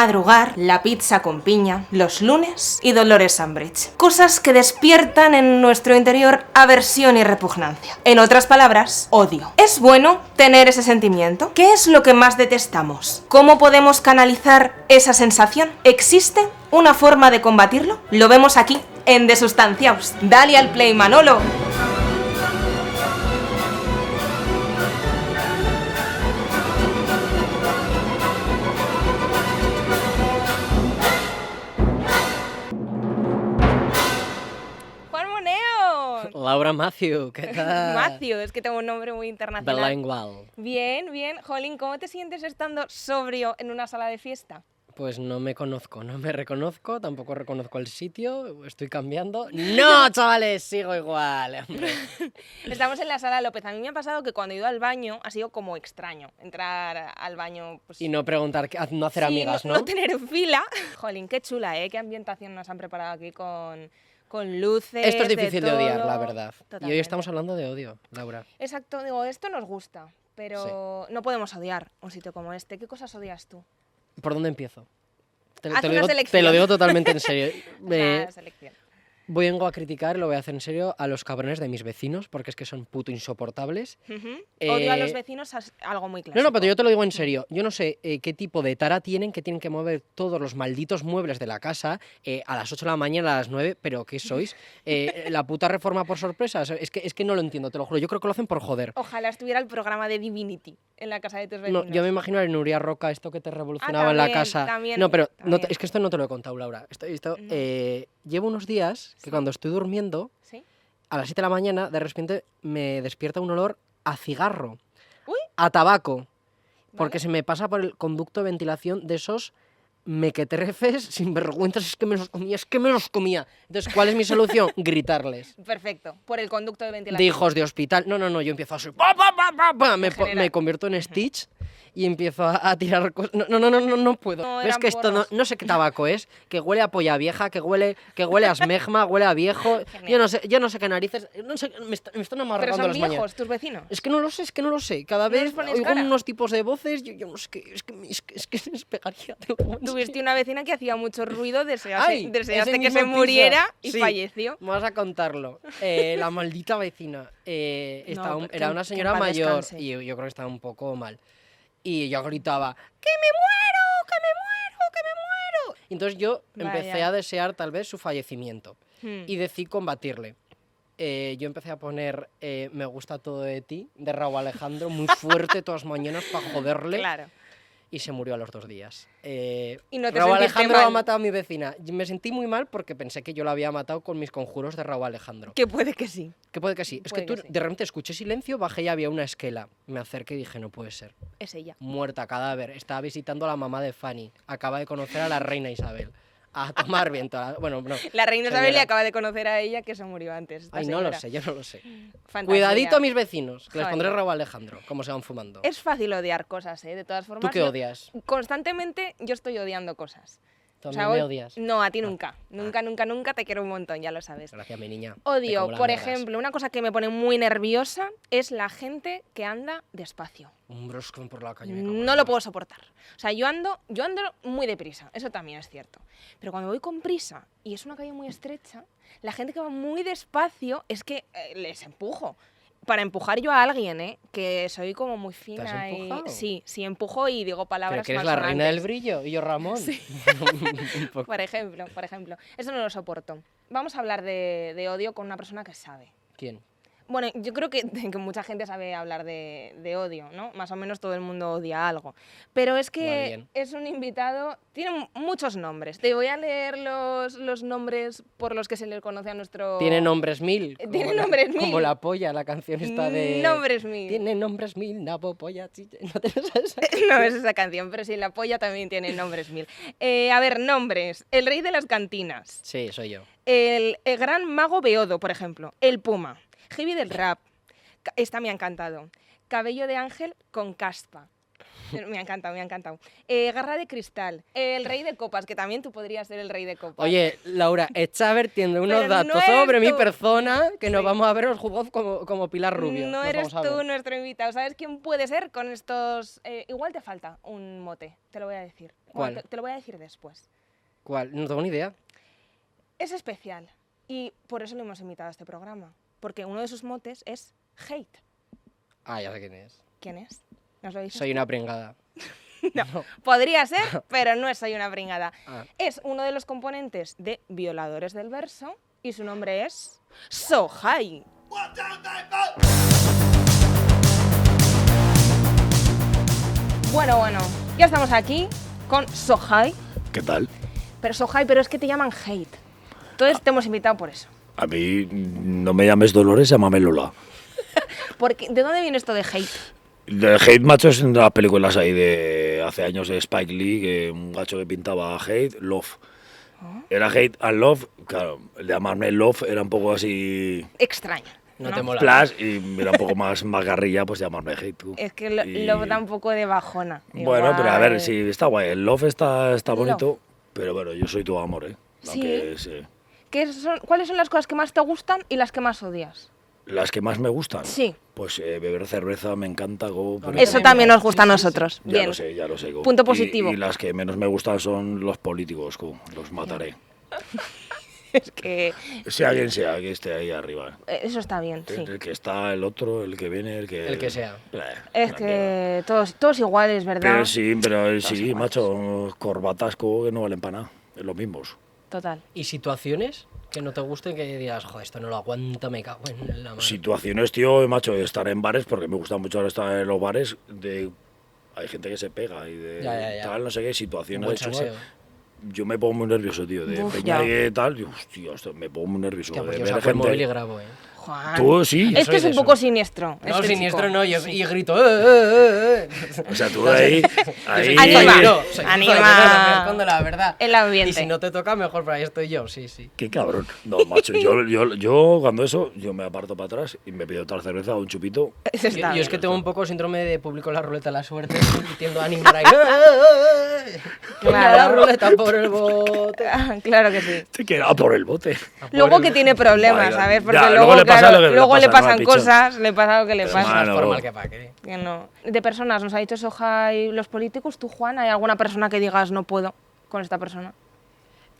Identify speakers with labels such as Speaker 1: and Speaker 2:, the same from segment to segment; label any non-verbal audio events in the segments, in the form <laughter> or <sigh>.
Speaker 1: Madrugar, la pizza con piña, los lunes y Dolores Umbridge. Cosas que despiertan en nuestro interior aversión y repugnancia. En otras palabras, odio. Es bueno tener ese sentimiento. ¿Qué es lo que más detestamos? ¿Cómo podemos canalizar esa sensación? ¿Existe una forma de combatirlo? Lo vemos aquí en De Sustanciaos. Dale al play, Manolo. Juan
Speaker 2: <laughs>
Speaker 1: Moneo.
Speaker 2: Laura
Speaker 1: <laughs>
Speaker 2: Matthew, ¿qué tal?
Speaker 1: Matthew, es que tengo un nombre muy internacional.
Speaker 2: Bilingual.
Speaker 1: Bien, bien. Jolín, ¿cómo te sientes estando sobrio en una sala de fiesta?
Speaker 2: Pues no me conozco, no me reconozco, tampoco reconozco el sitio,
Speaker 1: <laughs>
Speaker 2: estoy cambiando. ¡No, chavales! Sigo igual. hombre.
Speaker 1: Estamos en la sala López. A mí me ha pasado que cuando he ido al baño ha sido como extraño entrar al baño. Pues,
Speaker 2: Y no preguntar, qué- no hacer
Speaker 1: sí,
Speaker 2: amigas,
Speaker 1: no,
Speaker 2: ¿no?
Speaker 1: tener fila. Jolín, qué chula, ¿eh? Qué ambientación nos han preparado aquí con, con luces.
Speaker 2: Esto es difícil de, odiar, la
Speaker 1: todo.
Speaker 2: verdad. Y hoy
Speaker 1: Totalmente.
Speaker 2: estamos hablando de odio, Laura.
Speaker 1: Exacto, digo, esto nos gusta, pero no podemos odiar un sitio como este. ¿Qué cosas odias tú?
Speaker 2: ¿Por dónde empiezo? Te,
Speaker 1: Haz
Speaker 2: te
Speaker 1: una
Speaker 2: lo, digo, te
Speaker 1: selección.
Speaker 2: lo digo totalmente
Speaker 1: <laughs>
Speaker 2: en serio. <laughs>
Speaker 1: Una
Speaker 2: Eh,
Speaker 1: selección.
Speaker 2: vengo a criticar, lo voy a hacer en serio, a los cabrones de mis vecinos, porque es que son puto insoportables.
Speaker 1: Ujú. Odio a
Speaker 2: eh,
Speaker 1: los vecinos es algo muy claro.
Speaker 2: No, no, pero yo te lo digo en serio. Yo no sé eh, qué tipo de tara tienen que tienen que mover todos los malditos muebles de la casa eh, a las 8 de la mañana, a las 9, pero ¿qué sois? Eh, la puta reforma por sorpresa. o sea, Es que, es que no lo entiendo, te lo juro. Yo creo que lo hacen por joder.
Speaker 1: Ojalá estuviera el programa de Divinity en la casa de tus
Speaker 2: No,
Speaker 1: vecinos.
Speaker 2: yo me imagino a Nuria Roca, esto que te revolucionaba en la
Speaker 1: también,
Speaker 2: casa.
Speaker 1: también,
Speaker 2: no, pero no te-
Speaker 1: también.
Speaker 2: es que esto no te lo he contado, Laura. Esto, esto,
Speaker 1: No.
Speaker 2: eh, llevo unos días que
Speaker 1: Sí.
Speaker 2: cuando estoy durmiendo,
Speaker 1: ¿Sí?
Speaker 2: a las 7 de la mañana, de repente me despierta un olor a cigarro,
Speaker 1: Uy.
Speaker 2: a tabaco,
Speaker 1: Vale.
Speaker 2: porque se me pasa por el conducto de ventilación de esos mequetrefes <laughs> sinvergüenzas, es que me los comía, es que me los comía. Entonces, ¿cuál es
Speaker 1: <laughs>
Speaker 2: mi solución? Gritarles.
Speaker 1: Perfecto, por el conducto de
Speaker 2: De
Speaker 1: ventilación.
Speaker 2: hijos de hospital. No, no, no, yo empiezo a ser... pa, pa, pa, pa, pa, Me,
Speaker 1: Te
Speaker 2: po-
Speaker 1: genera.
Speaker 2: me convierto en Stitch y empiezo a, a tirar cosas. No, no, no, no, no, no puedo.
Speaker 1: No,
Speaker 2: Pero es
Speaker 1: eran
Speaker 2: que esto no,
Speaker 1: porros.
Speaker 2: no sé qué tabaco es, que huele a polla vieja, que huele, que huele a esmegma, huele a viejo.
Speaker 1: <laughs> Genial.
Speaker 2: Yo no sé, yo no sé qué narices. No sé, me, está- me están
Speaker 1: pero
Speaker 2: amargando
Speaker 1: son
Speaker 2: las
Speaker 1: viejos,
Speaker 2: mañanas.
Speaker 1: tus vecinos.
Speaker 2: Es que no lo sé, es que no lo sé. Cada
Speaker 1: ¿No les
Speaker 2: vez
Speaker 1: pones
Speaker 2: oigo
Speaker 1: cara?
Speaker 2: unos tipos de voces, yo, yo no sé, qué- es que, me- es que, es que les pegaría <laughs> de golpes.
Speaker 1: Tuviste una vecina que hacía mucho ruido, deseaste,
Speaker 2: Ay,
Speaker 1: deseaste
Speaker 2: ese
Speaker 1: que se
Speaker 2: mismo piso.
Speaker 1: muriera y
Speaker 2: Sí.
Speaker 1: falleció.
Speaker 2: Vamos a contarlo. Eh, la maldita vecina. eh,
Speaker 1: No,
Speaker 2: estaba un-
Speaker 1: pero que-
Speaker 2: era
Speaker 1: que
Speaker 2: una
Speaker 1: en
Speaker 2: señora
Speaker 1: paz
Speaker 2: mayor
Speaker 1: descanse.
Speaker 2: y yo, yo creo que estaba un poco mal. Y ella gritaba, ¡que me muero, que me muero, que me muero! Y Entonces yo empecé
Speaker 1: Vaya.
Speaker 2: a desear tal vez su fallecimiento
Speaker 1: Hmm.
Speaker 2: y decidí combatirle. Eh, yo empecé a poner eh, Me gusta todo de ti, de Raúl Alejandro, muy fuerte todas las mañanas para joderle
Speaker 1: Claro.
Speaker 2: y se murió a los dos días. Eh,
Speaker 1: Y no te
Speaker 2: Raúl
Speaker 1: sentiste
Speaker 2: Alejandro
Speaker 1: mal.
Speaker 2: ha matado a mi vecina. Y Me sentí muy mal porque pensé que yo la había matado con mis conjuros de Raúl Alejandro.
Speaker 1: Que puede que sí.
Speaker 2: Que puede que sí. Es que
Speaker 1: Puede que
Speaker 2: tú
Speaker 1: sí.
Speaker 2: de repente escuché silencio, bajé y había una esquela. Me acerqué y dije, no puede ser.
Speaker 1: Es ella.
Speaker 2: Muerta, cadáver. Estaba visitando a la mamá de Fanny. Acaba de conocer a la reina Isabel. A tomar viento. <laughs> a- Bueno, no.
Speaker 1: La reina Isabel le
Speaker 2: Señora.
Speaker 1: acaba de conocer a ella que se murió antes. esta
Speaker 2: Ay, no lo
Speaker 1: señora.
Speaker 2: sé, yo no lo sé.
Speaker 1: Fantasía.
Speaker 2: Cuidadito a mis vecinos, que les
Speaker 1: Joder.
Speaker 2: pondré Raúl Alejandro, como se van fumando.
Speaker 1: Es fácil odiar cosas, ¿eh? De todas formas.
Speaker 2: ¿Tú qué
Speaker 1: yo-
Speaker 2: odias?
Speaker 1: Constantemente yo estoy odiando cosas.
Speaker 2: ¿Tú a
Speaker 1: O
Speaker 2: mí
Speaker 1: sea,
Speaker 2: me
Speaker 1: hoy-
Speaker 2: odias?
Speaker 1: No, a ti nunca. Nunca, nunca, nunca. Te quiero un montón, ya lo sabes.
Speaker 2: Gracias, mi niña. Te
Speaker 1: Odio,
Speaker 2: como las
Speaker 1: por
Speaker 2: mierdas.
Speaker 1: ejemplo, una cosa que me pone muy nerviosa es la gente que anda despacio.
Speaker 2: Un broscón por la calle. me cago en la
Speaker 1: No lo
Speaker 2: mar.
Speaker 1: puedo soportar. O sea, yo ando, yo ando muy deprisa, eso también es cierto. Pero cuando voy con prisa y es una calle muy estrecha, la gente que va muy despacio es que eh, les empujo. Para empujar yo a alguien, ¿eh? Que soy como muy fina y-
Speaker 2: empujado?
Speaker 1: sí, sí empujo y digo palabras
Speaker 2: Pero que eres la reina
Speaker 1: malsonantes.
Speaker 2: del brillo y yo Ramón. <laughs> Un poco.
Speaker 1: Por ejemplo, por ejemplo, eso no lo soporto. Vamos a hablar de, de odio con una persona que sabe.
Speaker 2: ¿Quién?
Speaker 1: Bueno, yo creo que, <laughs> que mucha gente sabe hablar de, de odio, ¿no? Más o menos todo el mundo odia algo. Pero es
Speaker 2: Va
Speaker 1: que
Speaker 2: bien.
Speaker 1: es un invitado, tiene mu- muchos nombres. Te voy a leer los, los nombres por los que se le conoce a nuestro...
Speaker 2: Tiene nombres mil.
Speaker 1: Eh, tiene
Speaker 2: como la-
Speaker 1: nombres mil.
Speaker 2: Como la polla, la canción está de...
Speaker 1: Nombres mil.
Speaker 2: Tiene nombres mil, nabo, polla, chiche. <laughs> No te lo sabes.
Speaker 1: <laughs> No es esa canción, pero sí, la polla también tiene nombres mil. Eh, a ver, nombres. El rey de las cantinas.
Speaker 2: Sí, soy yo.
Speaker 1: El, el gran mago Beodo, por ejemplo. El Puma.
Speaker 2: <laughs>
Speaker 1: Heavy del rap. Ca- Esta me ha encantado. Cabello de ángel con caspa. Me ha encantado, me ha encantado. Eh, garra de cristal. El rey de copas, que también tú podrías ser el rey de copas.
Speaker 2: Oye, Laura, está vertiendo unos
Speaker 1: Pero
Speaker 2: datos
Speaker 1: no eres
Speaker 2: sobre mi
Speaker 1: tú.
Speaker 2: persona que nos
Speaker 1: Sí.
Speaker 2: vamos a ver los jugos como, como Pilar Rubio.
Speaker 1: no
Speaker 2: Nos
Speaker 1: eres
Speaker 2: vamos a
Speaker 1: tú
Speaker 2: ver.
Speaker 1: nuestro invitado. ¿Sabes quién puede ser con estos...? eh, igual te falta un mote, te lo voy a decir. Bueno,
Speaker 2: ¿Cuál?
Speaker 1: te- te lo voy a decir después.
Speaker 2: ¿Cuál? No tengo ni idea.
Speaker 1: Es especial y por eso lo hemos invitado a este programa. Porque uno de sus motes es hate.
Speaker 2: Ah, ya sé quién es.
Speaker 1: ¿Quién es? ¿Nos lo dices?
Speaker 2: Soy una pringada.
Speaker 1: Podría ser, pero no es Soy una bringada.
Speaker 2: Ah.
Speaker 1: Es uno de los componentes de Violadores del Verso y su nombre es Sohai. Bueno, bueno, ya estamos aquí con Sohai.
Speaker 3: ¿Qué tal?
Speaker 1: Pero Sohai, pero es que te llaman Hate. Entonces te hemos invitado por eso.
Speaker 3: A mí mm, no me llames Dolores, llámame Lola.
Speaker 1: Porque, ¿De dónde viene esto de Hate?
Speaker 3: El Hate Macho es una de las películas ahí de hace años de Spike Lee, que un gacho que pintaba Hate, Love.
Speaker 1: Oh.
Speaker 3: Era Hate and Love, claro, el de llamarme Love era un poco así
Speaker 1: Extraño.
Speaker 2: No te mola.
Speaker 3: splash y era un poco más macarrilla, pues llamarme Hate. tú.
Speaker 1: Es que lo,
Speaker 3: Y-
Speaker 1: lo da un poco de bajona.
Speaker 3: Bueno, pero a ver,
Speaker 1: Igual.
Speaker 3: sí, está guay, el Love está, está
Speaker 1: Love.
Speaker 3: bonito, pero bueno, yo soy tu amor, ¿eh?
Speaker 1: Sí.
Speaker 3: Aunque, sí.
Speaker 1: ¿Qué son- ¿Cuáles son las cosas que más te gustan y las que más odias?
Speaker 3: Las que más me gustan.
Speaker 1: Sí.
Speaker 3: Pues eh, beber cerveza me encanta. Go, por
Speaker 1: Eso
Speaker 3: ejemplo.
Speaker 1: también nos gusta a nosotros.
Speaker 3: Ya
Speaker 1: Bien.
Speaker 3: lo
Speaker 1: <laughs>
Speaker 3: sé, ya lo sé. go.
Speaker 1: Punto
Speaker 3: Y-
Speaker 1: positivo.
Speaker 3: Y, las que menos me gustan son los políticos, go, los mataré.
Speaker 1: Es que eh,
Speaker 3: Sea quien sea que esté ahí arriba.
Speaker 1: eso está bien, sí.
Speaker 3: El que está, el otro, el que viene, el que...
Speaker 2: El que sea.
Speaker 3: Eh,
Speaker 1: Es
Speaker 3: no quiero.
Speaker 1: que todos, todos iguales, ¿verdad?
Speaker 3: Pero sí, pero eh, sí, macho, corbatasco que no valen para nada. Es Los mismos.
Speaker 1: Total.
Speaker 2: ¿Y situaciones que no te gusten que digas, joder, esto no lo aguanto, me cago en la mano?
Speaker 3: Situaciones, tío, macho, de estar en bares, porque me gusta mucho ahora estar en los bares, de... Hay gente que se pega y de
Speaker 2: Ya, ya, ya.
Speaker 3: tal, no sé qué,
Speaker 2: Un
Speaker 3: situaciones
Speaker 2: buen
Speaker 3: chungas.
Speaker 2: salseo.
Speaker 3: Yo me pongo muy nervioso, tío. De
Speaker 1: Uf,
Speaker 3: peña
Speaker 1: ya.
Speaker 3: que tal, yo, hostia, esto, me pongo muy nervioso.
Speaker 2: Hostia, pues
Speaker 3: de
Speaker 2: yo
Speaker 3: ver
Speaker 2: saco el
Speaker 3: gente-
Speaker 2: móvil y grabo, eh.
Speaker 1: Juan.
Speaker 3: Tú sí.
Speaker 1: Es que
Speaker 2: soy
Speaker 1: es un
Speaker 2: de
Speaker 1: poco
Speaker 2: esos.
Speaker 1: siniestro.
Speaker 2: No,
Speaker 1: este
Speaker 2: siniestro
Speaker 1: chico.
Speaker 2: no, yo y grito, ¡eh, eh, eh, eh".
Speaker 3: O sea, tú ahí.
Speaker 2: <laughs>
Speaker 3: ahí
Speaker 1: Anima.
Speaker 2: Yo soy hijo de
Speaker 1: Anima.
Speaker 2: perra, me escondo la verdad.
Speaker 1: El ambiente.
Speaker 2: Y si no te toca, mejor, pero ahí estoy yo, sí, sí.
Speaker 3: Qué cabrón. No, macho, yo, yo, yo cuando eso, yo me aparto para atrás y me pido otra cerveza o un chupito.
Speaker 1: <laughs> Eso
Speaker 2: Yo,
Speaker 1: está
Speaker 2: yo es
Speaker 1: bien.
Speaker 2: que tengo un poco síndrome de público en la ruleta de la
Speaker 1: <laughs>
Speaker 2: suerte, y tiendo a animar ahí. "Eh, eh, eh, eh".
Speaker 1: Claro.
Speaker 2: La ruleta por
Speaker 1: <laughs>
Speaker 2: el bote.
Speaker 1: Ah, claro que sí.
Speaker 3: Te queda por el bote.
Speaker 1: Luego que tiene problemas,
Speaker 3: Vaya,
Speaker 1: ¿sabes?
Speaker 3: ya,
Speaker 1: Porque luego,
Speaker 3: luego le pasa
Speaker 1: claro,
Speaker 3: lo que le
Speaker 1: luego le
Speaker 3: pasa, ¿no,
Speaker 1: pasan
Speaker 3: al pichón?
Speaker 1: cosas, le pasa lo que le
Speaker 3: Pero
Speaker 1: pasa.
Speaker 3: Mano,
Speaker 2: Más formal
Speaker 3: bro.
Speaker 2: que pa' qué.
Speaker 1: Que no. De personas, nos ha dicho Soja y los políticos, tú, Juan, ¿hay alguna persona que digas no puedo con esta persona?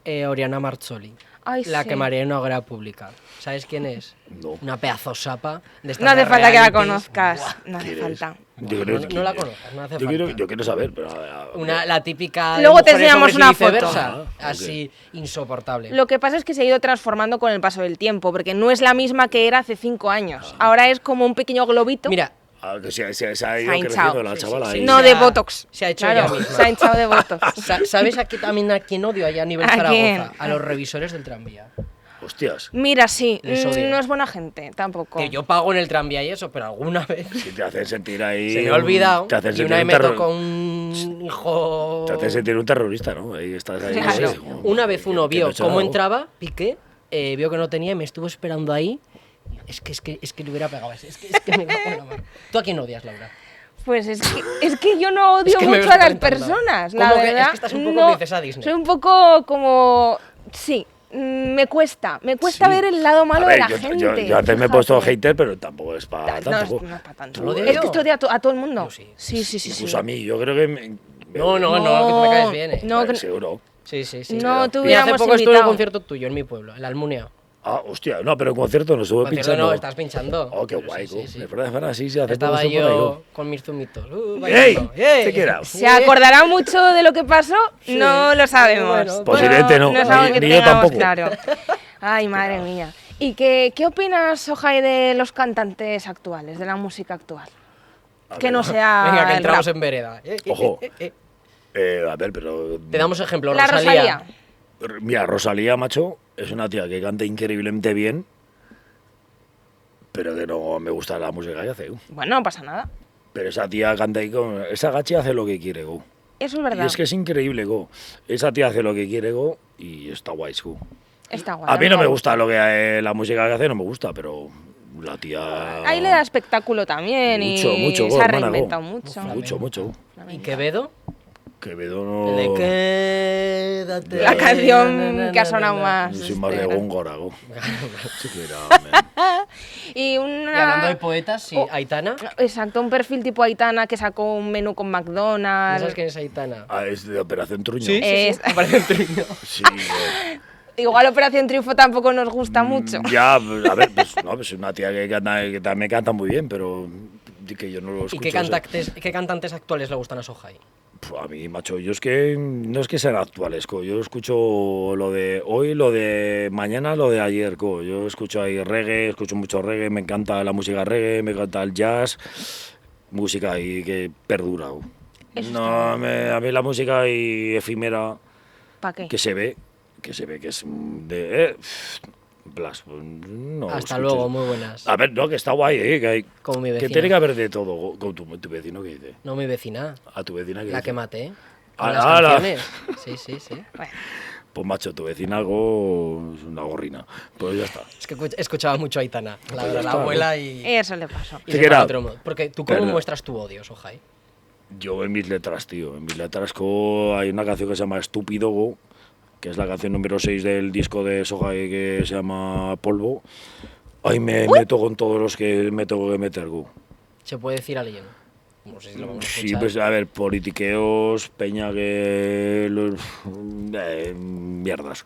Speaker 2: Eh, Oriana Marzoli.
Speaker 1: Ay,
Speaker 2: la
Speaker 1: sí.
Speaker 2: que mareé en una hoguera pública. ¿Sabes quién es?
Speaker 3: No.
Speaker 2: Una pedazo sapa. de estas
Speaker 1: No hace
Speaker 2: de
Speaker 1: falta que la
Speaker 2: realities.
Speaker 1: conozcas.
Speaker 2: Buah.
Speaker 1: no hace
Speaker 3: ¿Quieres?
Speaker 1: falta.
Speaker 3: Yo
Speaker 2: No,
Speaker 3: creo
Speaker 2: no-
Speaker 3: que-
Speaker 2: no la conozcas, no hace
Speaker 3: yo
Speaker 2: falta.
Speaker 3: Quiero, yo quiero saber, pero. a- a-
Speaker 2: Una, la típica. de
Speaker 1: Luego te
Speaker 2: mujeres,
Speaker 1: enseñamos
Speaker 2: hombres y
Speaker 1: una foto.
Speaker 2: viceversa,
Speaker 3: Ah, ok.
Speaker 2: Así, insoportable.
Speaker 1: Lo que pasa es que se ha ido transformando con el paso del tiempo, porque no es la misma que era hace cinco años. Ahora es como un pequeño globito.
Speaker 2: Ah. Mira,
Speaker 3: a- que se, se- se ha ido
Speaker 1: Se ha hinchado.
Speaker 3: creciendo la chavala.
Speaker 2: sí,
Speaker 3: ahí.
Speaker 1: no
Speaker 2: se
Speaker 1: de
Speaker 2: ha-
Speaker 1: Botox.
Speaker 2: se ha hecho
Speaker 1: Claro,
Speaker 2: ella misma.
Speaker 1: Se ha hinchado de
Speaker 2: <laughs>
Speaker 1: Botox.
Speaker 2: sa- ¿sabes aquí también a quién odio allá a nivel
Speaker 1: ¿A
Speaker 2: Zaragoza?
Speaker 1: quién? Ah.
Speaker 2: A los revisores del tranvía.
Speaker 3: Hostias.
Speaker 1: Mira, sí,
Speaker 2: Les
Speaker 1: mm,
Speaker 2: odio.
Speaker 1: no es buena gente tampoco.
Speaker 2: Que yo pago en el tranvía y eso, pero alguna vez.
Speaker 3: Si te hacen sentir
Speaker 2: <laughs>
Speaker 3: ahí.
Speaker 2: Se me ha
Speaker 3: un-
Speaker 2: olvidado.
Speaker 3: Te hacen
Speaker 2: Y
Speaker 3: sentir
Speaker 2: una vez
Speaker 3: un
Speaker 2: me
Speaker 3: terror-
Speaker 2: tocó un hijo.
Speaker 3: Te hacen sentir un terrorista, ¿no? Ahí estás ahí.
Speaker 1: Claro.
Speaker 3: no sé,
Speaker 2: Claro. Una vez uno
Speaker 3: que- que
Speaker 2: vio
Speaker 3: no he hecho
Speaker 2: cómo
Speaker 3: nada, ¿no?
Speaker 2: entraba, piqué, eh, vio que no tenía y me estuvo esperando ahí. Es que, es que, es que le hubiera pegado ese. Es que, es que me cago en la mano. ¿Tú a quién odias, Laura?
Speaker 1: Pues es que, es que yo no odio
Speaker 2: <laughs> Es que me
Speaker 1: mucho
Speaker 2: ves
Speaker 1: a las
Speaker 2: por todos lados.
Speaker 1: personas,
Speaker 2: ¿Cómo
Speaker 1: la
Speaker 2: que- es que
Speaker 1: verdad.
Speaker 2: estás un poco
Speaker 1: no,
Speaker 2: princesa Disney?
Speaker 1: Soy un poco como... Sí, mm, me cuesta. Me cuesta
Speaker 3: Sí.
Speaker 1: ver el lado malo
Speaker 3: A ver,
Speaker 1: de la
Speaker 3: yo,
Speaker 1: gente.
Speaker 3: yo- yo antes me he puesto
Speaker 1: fíjate.
Speaker 3: hater, pero tampoco es para
Speaker 1: No, es-
Speaker 3: Ah, tampoco.
Speaker 1: no es para tanto.
Speaker 2: ¿Tú lo
Speaker 1: Es que
Speaker 2: odias?
Speaker 1: esto odia a, to- a todo el mundo.
Speaker 2: Yo sí.
Speaker 1: sí, sí, sí. sí.
Speaker 3: Incluso a mí, yo creo que. me-
Speaker 2: <laughs>
Speaker 3: me-
Speaker 2: No, no, no, que tú me caes bien, eh.
Speaker 1: No,
Speaker 3: eh,
Speaker 1: que-
Speaker 3: Seguro.
Speaker 2: Sí, sí, sí.
Speaker 1: No,
Speaker 2: Y
Speaker 1: tú
Speaker 2: hace
Speaker 1: hubiéramos
Speaker 2: poco estuve en un
Speaker 1: invitado.
Speaker 2: concierto tuyo en mi pueblo, en la Almunia.
Speaker 3: Ah, hostia, no, pero en concierto no estuve
Speaker 2: Concierto
Speaker 3: pinchando.
Speaker 2: no, estás pinchando.
Speaker 3: Oh, qué
Speaker 2: Pero
Speaker 3: guay,
Speaker 2: sí,
Speaker 3: co.
Speaker 2: sí, sí.
Speaker 3: De verdad, de verdad, sí, sí, hace
Speaker 2: Estaba
Speaker 3: poco estuve por ahí, co.
Speaker 2: yo con mis zumitos. Uh,
Speaker 3: ¡Ey!
Speaker 2: bailando.
Speaker 3: Check it out.
Speaker 1: ¿Se acordará mucho de lo que pasó?
Speaker 2: Sí.
Speaker 1: No lo sabemos.
Speaker 2: Bueno,
Speaker 3: Posiblemente Pues no,
Speaker 1: No es algo
Speaker 3: ni-
Speaker 1: que
Speaker 3: ni yo
Speaker 1: tengamos
Speaker 3: tampoco. <laughs>
Speaker 1: claro. Ay, madre mía. ¿Y qué, qué opinas, Sohai, de los cantantes actuales, de la música actual? Que no sea
Speaker 2: Venga, que
Speaker 1: el
Speaker 2: entramos
Speaker 1: rap.
Speaker 2: en vereda. Eh, eh,
Speaker 3: Ojo.
Speaker 2: eh, eh, eh.
Speaker 3: Eh, a ver, pero.
Speaker 2: Te damos ejemplo,
Speaker 1: La
Speaker 2: Rosalía.
Speaker 1: Rosalía.
Speaker 3: Mira, Rosalía, macho, es una tía que canta increíblemente bien, pero que no me gusta la música que hace, co.
Speaker 1: Bueno, no pasa nada.
Speaker 3: Pero esa tía canta ahí con. Esa gachi hace lo que quiere, go.
Speaker 1: Eso es
Speaker 3: Y
Speaker 1: verdad.
Speaker 3: es que es increíble, go. Esa tía hace lo que quiere, go, y está guay, go.
Speaker 1: Está guay.
Speaker 3: A mí no me
Speaker 1: guay.
Speaker 3: gusta lo que eh, la música que hace, no me gusta, pero la tía.
Speaker 1: Ahí le da espectáculo también
Speaker 3: Mucho,
Speaker 1: y
Speaker 3: mucho,
Speaker 1: se
Speaker 3: gol,
Speaker 1: ha
Speaker 3: hermana,
Speaker 1: reinventado
Speaker 3: gol.
Speaker 1: mucho.
Speaker 3: Mucho, mucho.
Speaker 2: ¿Y Quevedo? Oh.
Speaker 3: Quevedo
Speaker 2: El de
Speaker 3: no.
Speaker 2: Quédate.
Speaker 1: La canción
Speaker 2: Na, na, na,
Speaker 1: que ha
Speaker 2: na,
Speaker 1: sonado
Speaker 2: na.
Speaker 1: más.
Speaker 3: Yo soy más de
Speaker 1: este,
Speaker 3: Góngora, go. Sí
Speaker 1: <laughs>
Speaker 3: que era, man.
Speaker 1: Y
Speaker 2: Y
Speaker 1: una.
Speaker 2: hablando de poetas, sí,
Speaker 1: Oh.
Speaker 2: Aitana.
Speaker 1: Exacto, un perfil tipo Aitana que sacó un menú con
Speaker 2: ¿No
Speaker 1: McDonald's.
Speaker 2: sabes quién es <laughs> Aitana?
Speaker 3: Ah, es de Operación Truño.
Speaker 1: sí. Es-
Speaker 2: Aparece el truño.
Speaker 3: Sí,
Speaker 1: <laughs> Igual Operación Triunfo tampoco nos gusta
Speaker 3: mm,
Speaker 1: mucho.
Speaker 3: Ya, pues, a ver, pues no, pues una tía que, canta, que también canta muy bien, pero que yo no lo
Speaker 2: ¿Y
Speaker 3: escucho.
Speaker 2: qué
Speaker 3: o sea,
Speaker 2: cantantes, qué cantantes actuales le gustan a Sohai?
Speaker 3: Puf, A mí, macho, yo es que no es que sean actuales, co. Yo escucho lo de hoy, lo de mañana, lo de ayer, co. Yo escucho ahí reggae, escucho mucho reggae, me encanta la música reggae, me encanta el jazz, música ahí que perdura. co. No, me- a mí la música ahí efímera
Speaker 1: ¿Para qué?
Speaker 3: que se ve, que se ve que es mm, de... eh, Blas, pues, no
Speaker 2: Hasta
Speaker 3: escuches.
Speaker 2: luego, muy buenas.
Speaker 3: A ver, no, que está guay, ¿eh? Que, hay-
Speaker 2: Como mi
Speaker 3: que
Speaker 2: vecina.
Speaker 3: tiene que haber de todo. go- Con tu, tu vecino que dice.
Speaker 2: No, mi vecina,
Speaker 3: A tu vecina que
Speaker 2: la
Speaker 3: dice.
Speaker 2: que maté. Con
Speaker 3: Ala,
Speaker 2: las
Speaker 3: ala.
Speaker 2: canciones. Sí, sí, sí.
Speaker 1: Bueno,
Speaker 3: Pues macho, tu vecina algo es una gorrina. Pues ya está.
Speaker 2: Es que escuch- escuchaba mucho a Aitana, la,
Speaker 3: Pues ya
Speaker 2: la
Speaker 3: está,
Speaker 2: abuela y...
Speaker 1: eso le pasó.
Speaker 2: y
Speaker 3: Sí
Speaker 2: le
Speaker 3: que era.
Speaker 2: Patrón. Porque tú cómo
Speaker 3: Perdón.
Speaker 2: muestras tu odio, Sohai.
Speaker 3: Yo en mis letras, tío. En mis letras co, hay una canción que se llama Estúpido Go, que es la canción número 6 del disco de Soja eh, que se llama Polvo. Ahí me meto con todos los que me tengo que meter, go.
Speaker 2: Se puede decir a alguien. No sé si lo vamos a
Speaker 3: Sí,
Speaker 2: escuchar.
Speaker 1: eh.
Speaker 3: pues a ver, politiqueos, peña que... lo- eh, mierdas.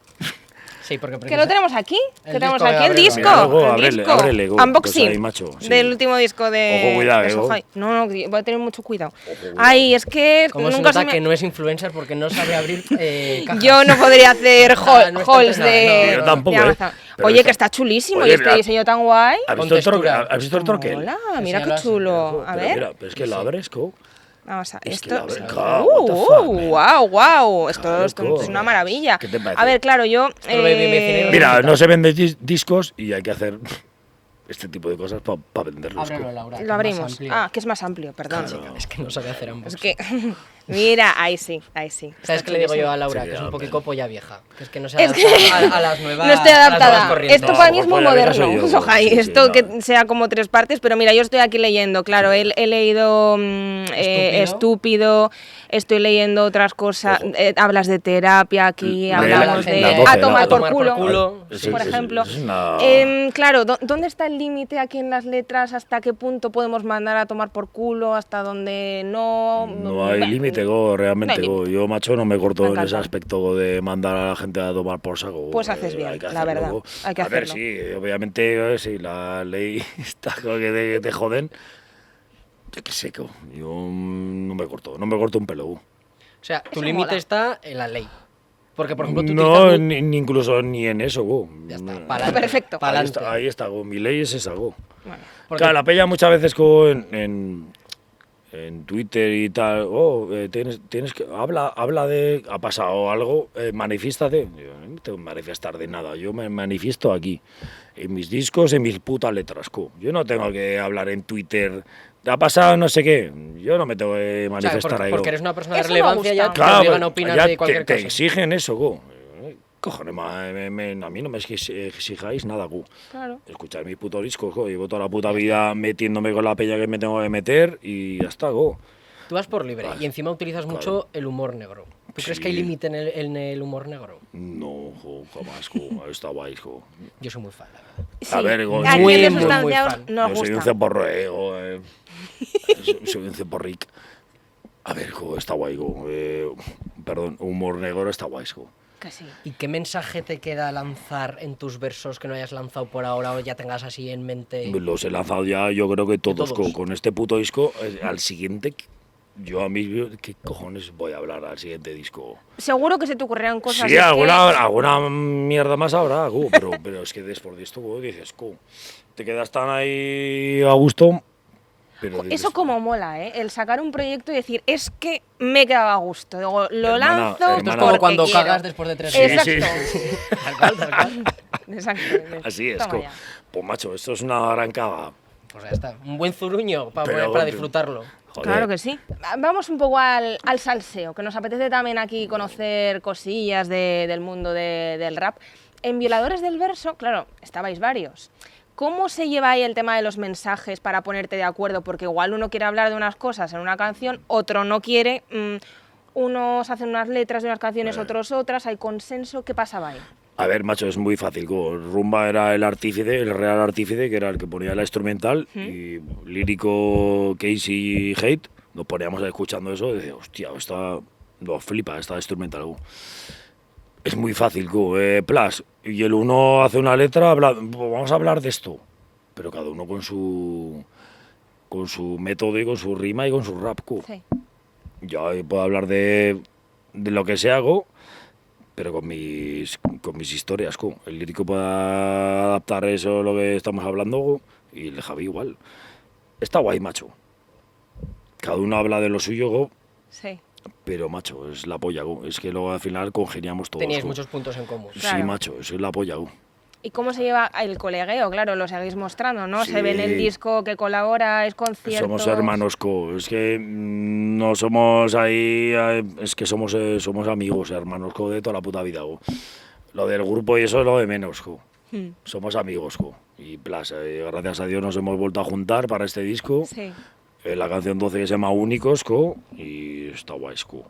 Speaker 2: Sí,
Speaker 1: ¿Que lo
Speaker 2: porque precisa-
Speaker 1: tenemos aquí? ¿Que
Speaker 2: El
Speaker 1: tenemos
Speaker 2: disco de
Speaker 1: aquí el
Speaker 2: Gabriela.
Speaker 1: disco?
Speaker 3: Mira, luego,
Speaker 1: el
Speaker 3: ábrele,
Speaker 1: disco.
Speaker 3: ábrele, go.
Speaker 1: Unboxing
Speaker 3: Pues ahí, macho, sí.
Speaker 1: del último disco de,
Speaker 3: Ojo, cuidado,
Speaker 1: de
Speaker 3: eh, go.
Speaker 1: Sohai. No, no, voy a tener mucho cuidado. Ay, es que
Speaker 2: Como se
Speaker 1: nunca
Speaker 2: nota
Speaker 1: se me...
Speaker 2: que no es influencer porque no sabe abrir eh, cajas.
Speaker 1: Yo no podría
Speaker 2: <laughs>
Speaker 1: hacer
Speaker 2: Nada,
Speaker 1: hall-
Speaker 2: Ah, no está
Speaker 1: halls
Speaker 2: entrenada,
Speaker 1: de,
Speaker 2: no, no. Yo
Speaker 1: de
Speaker 3: tampoco, eh.
Speaker 1: Amazon.
Speaker 3: Pero
Speaker 1: Oye,
Speaker 3: está-
Speaker 1: que está chulísimo y
Speaker 3: Oye,
Speaker 1: este
Speaker 3: la-
Speaker 1: diseño tan guay.
Speaker 3: ¿Has
Speaker 2: Con
Speaker 3: visto el troque?
Speaker 2: textura.
Speaker 3: ¿Has visto el troque?
Speaker 1: Hola,
Speaker 2: Sí,
Speaker 1: mira
Speaker 2: ya
Speaker 1: qué
Speaker 2: lo has
Speaker 1: chulo. A
Speaker 3: Pero
Speaker 1: ver,
Speaker 3: mira, pero es que lo abres, co.
Speaker 1: vamos a
Speaker 3: es que
Speaker 1: esto.
Speaker 3: la
Speaker 1: esto-
Speaker 3: verdad, what the fuck, man.
Speaker 1: wow, wow. Esto,
Speaker 3: Claro,
Speaker 1: esto es
Speaker 3: coño.
Speaker 1: una maravilla.
Speaker 3: ¿Qué te parece?
Speaker 1: a ver, claro, yo.
Speaker 2: Esto lo ve- ve- ve-
Speaker 1: eh,
Speaker 3: Mira, no se venden dis- discos y hay que hacer <laughs> este tipo de cosas para venderlos. co.
Speaker 2: Ábrelo, Laura. que es
Speaker 1: lo
Speaker 2: más
Speaker 1: abrimos.
Speaker 2: amplio.
Speaker 1: Ah, que es más amplio, perdón.
Speaker 2: Es que no sabe hacer ambos.
Speaker 1: Es que. <laughs> Mira, ahí sí, ahí sí.
Speaker 2: ¿Sabes
Speaker 1: Está
Speaker 2: qué le digo yo
Speaker 1: chulísimo.
Speaker 2: a Laura?
Speaker 3: Sí,
Speaker 2: Que es un
Speaker 3: hombre.
Speaker 2: poco polla vieja. Que es que no se
Speaker 1: <laughs> Es
Speaker 2: adapta
Speaker 1: que
Speaker 2: a, a las nuevas
Speaker 1: no estoy
Speaker 2: a las nuevas
Speaker 1: adaptada.
Speaker 2: corrientes.
Speaker 1: Esto para mí es
Speaker 3: No,
Speaker 1: muy
Speaker 3: pues, pues, ya verás,
Speaker 1: moderno. <laughs>
Speaker 3: soy yo.
Speaker 1: Sohai,
Speaker 3: Sí, sí,
Speaker 1: esto
Speaker 3: no.
Speaker 1: que sea como tres partes, pero mira, yo estoy aquí leyendo. Claro, he, he leído mm, eh, estúpido. estoy leyendo otras cosas.
Speaker 3: Ojo.
Speaker 1: eh, hablas de terapia aquí,
Speaker 3: Lee la-
Speaker 1: hablamos de
Speaker 3: las doce,
Speaker 1: a tomar
Speaker 3: las
Speaker 1: por
Speaker 2: doce.
Speaker 1: culo.
Speaker 2: Culo,
Speaker 3: Ah,
Speaker 2: sí,
Speaker 1: por
Speaker 2: sí, sí,
Speaker 1: ejemplo,
Speaker 3: es una-
Speaker 1: Em, claro, ¿dó- ¿dónde está el límite aquí en las letras? ¿Hasta qué punto podemos mandar a tomar por culo? ¿Hasta dónde no?
Speaker 3: no hay
Speaker 1: Bueno,
Speaker 3: límite, go, realmente.
Speaker 1: no hay
Speaker 3: go. Yo, macho, no me corto
Speaker 1: Me
Speaker 3: en ese
Speaker 1: encanta.
Speaker 3: aspecto go, de mandar a la gente a tomar por saco. go. Eh,
Speaker 1: Pues haces bien,
Speaker 3: hay que
Speaker 1: la verdad,
Speaker 3: go.
Speaker 1: hay que
Speaker 3: a ver,
Speaker 1: hacerlo.
Speaker 3: sí, obviamente, eh, sí, la ley <laughs> está con que te, te joden. Yo qué sé, go. Yo mm, no me corto, no me corto un pelo. go.
Speaker 2: O sea, tu
Speaker 1: Eso
Speaker 2: límite
Speaker 1: mola.
Speaker 2: está en la ley. Porque, por ejemplo, tú
Speaker 3: no,
Speaker 2: utilizas mu-
Speaker 3: ni, ni incluso ni en eso, go.
Speaker 2: Ya está,
Speaker 3: No.
Speaker 2: pa'lante,
Speaker 1: Mm. Perfecto.
Speaker 3: Ahí
Speaker 2: pa'lante.
Speaker 3: está, ahí está, go. Mi ley es esa, go.
Speaker 1: bueno.
Speaker 2: Porque-
Speaker 3: Claro, la peña muchas veces con, en, en Twitter y tal, oh, eh, tienes, tienes que, habla, habla de, ha pasado algo, eh, manifiéstate. Yo no tengo que manifestar de nada, yo me manifiesto aquí, en mis discos, en mis putas letras, co. Yo no tengo que hablar en Twitter, ha pasado no sé qué, yo no me tengo que
Speaker 2: o sea,
Speaker 3: manifestar
Speaker 2: porque,
Speaker 3: ahí.
Speaker 2: porque
Speaker 3: go.
Speaker 2: eres una persona de
Speaker 1: Eso me
Speaker 2: relevancia ya
Speaker 1: gusta.
Speaker 2: te obligan a
Speaker 3: pero
Speaker 2: opinar
Speaker 3: ya
Speaker 2: de cualquier
Speaker 3: te, te
Speaker 2: cosa.
Speaker 3: exigen eso, go. Eh, Cojones, ma- me- me- a mí no me exig- exijáis nada, go
Speaker 1: Claro.
Speaker 3: escuchar mis putos discos, jo, llevo toda la puta vida metiéndome con la peña que me tengo que meter y ya está, go.
Speaker 2: Tú vas por libre y encima utilizas mucho el humor negro. ¿Tú crees que hay
Speaker 3: Sí.
Speaker 2: límite en el, en el humor negro?
Speaker 3: No, jo, jamás, jo, está guay, jo.
Speaker 2: Yo soy muy fan. la verdad.
Speaker 1: Sí,
Speaker 3: ver, go-
Speaker 1: aquí
Speaker 2: Muy,
Speaker 1: en los
Speaker 2: muy, muy
Speaker 1: sustanciados
Speaker 2: fan.
Speaker 1: nos
Speaker 3: Yo soy un
Speaker 1: gusta.
Speaker 3: ceporro, eh, jo, eh. Soy- soy un ceporric. A ver, jo, está guay, jo. eh, perdón, humor negro está guay, jo.
Speaker 1: Que sí.
Speaker 2: ¿Y qué mensaje te queda lanzar en tus versos que no hayas lanzado por ahora o ya tengas así en mente?
Speaker 3: Los he lanzado ya, yo creo que todos,
Speaker 2: Todos.
Speaker 3: co- con este puto disco, eh, al siguiente, yo a mí, ¿qué cojones voy a hablar al siguiente disco?
Speaker 1: Seguro que se te ocurrieron cosas.
Speaker 3: Sí,
Speaker 1: es que-
Speaker 3: alguna, alguna mierda más habrá, gu,
Speaker 1: <laughs>
Speaker 3: pero, pero es que después de esto gu, dices, gu, te quedas tan ahí a gusto. Pero
Speaker 1: Jo,
Speaker 3: dices,
Speaker 1: Eso como mola, ¿eh? El sacar un proyecto y decir, es que me he quedado a gusto. Digo, lo
Speaker 3: Hermana,
Speaker 1: lanzo
Speaker 3: hermana.
Speaker 2: Esto es
Speaker 1: porque
Speaker 2: como cuando
Speaker 1: quiero.
Speaker 2: cagas después de tres
Speaker 3: Sí,
Speaker 2: días.
Speaker 3: sí.
Speaker 1: Exacto.
Speaker 2: <laughs>
Speaker 1: <laughs>
Speaker 2: Tal cual, tal cual.
Speaker 1: Exactamente.
Speaker 3: Así es,
Speaker 1: Toma
Speaker 3: gu.
Speaker 1: ya.
Speaker 3: Pues macho, esto es una gran caga.
Speaker 2: Pues ya está. Un buen zuruño para,
Speaker 3: Pero,
Speaker 2: poner- para
Speaker 3: hombre.
Speaker 2: disfrutarlo.
Speaker 3: Joder.
Speaker 1: Claro que sí. Va- Vamos un poco al, al salseo, que nos apetece también aquí conocer cosillas de- del mundo de- del rap. En Violadores del Verso, claro, estabais varios. ¿Cómo se lleva ahí el tema de los mensajes para ponerte de acuerdo? Porque igual uno quiere hablar de unas cosas en una canción, otro no quiere. mm, unos hacen unas letras de unas canciones,
Speaker 3: Eh.
Speaker 1: otros otras. Hay consenso. ¿Qué pasaba ahí?
Speaker 3: A ver, macho, es muy fácil. como Rumba era el artífice, el real artífice, que era el que ponía la instrumental, y lírico Casey y Hate, nos poníamos escuchando eso y decía, hostia, esta, nos flipa esta instrumental. como. Es muy fácil, como, eh, plus. Y el uno hace una letra, habla, "Pues vamos a hablar de esto, pero cada uno con su con su método y con su rima y con su rap. como.
Speaker 1: Sí.
Speaker 3: Yo ahí puedo hablar de, de lo que se hago, pero con mis, con mis historias. cu. El lírico puede adaptar eso, lo que estamos hablando, cu, y el Javi igual. Está guay, macho. Cada uno habla de lo suyo, cu,
Speaker 1: Sí.
Speaker 3: pero macho, es la polla. cu. Es que luego al final congeniamos todos.
Speaker 2: Teníais
Speaker 3: cu.
Speaker 2: muchos puntos en común.
Speaker 3: Sí,
Speaker 1: Claro.
Speaker 3: macho, es la polla. cu.
Speaker 1: ¿Y cómo se lleva el colegueo? Claro, lo seguís mostrando, ¿no? Se ve en el
Speaker 3: Sí.
Speaker 1: disco que colabora, es concierto.
Speaker 3: Somos hermanos, co. Es que mm, no somos ahí. eh, Es que somos, eh, somos amigos, hermanos, co, de toda la puta vida, co. Lo del grupo y eso es lo de menos, co.
Speaker 1: Hmm.
Speaker 3: Somos amigos, co. Y plas, eh, gracias a Dios nos hemos vuelto a juntar para este disco.
Speaker 1: Sí.
Speaker 3: Eh, la canción 12 que se llama Únicos, co. Y está guay, co.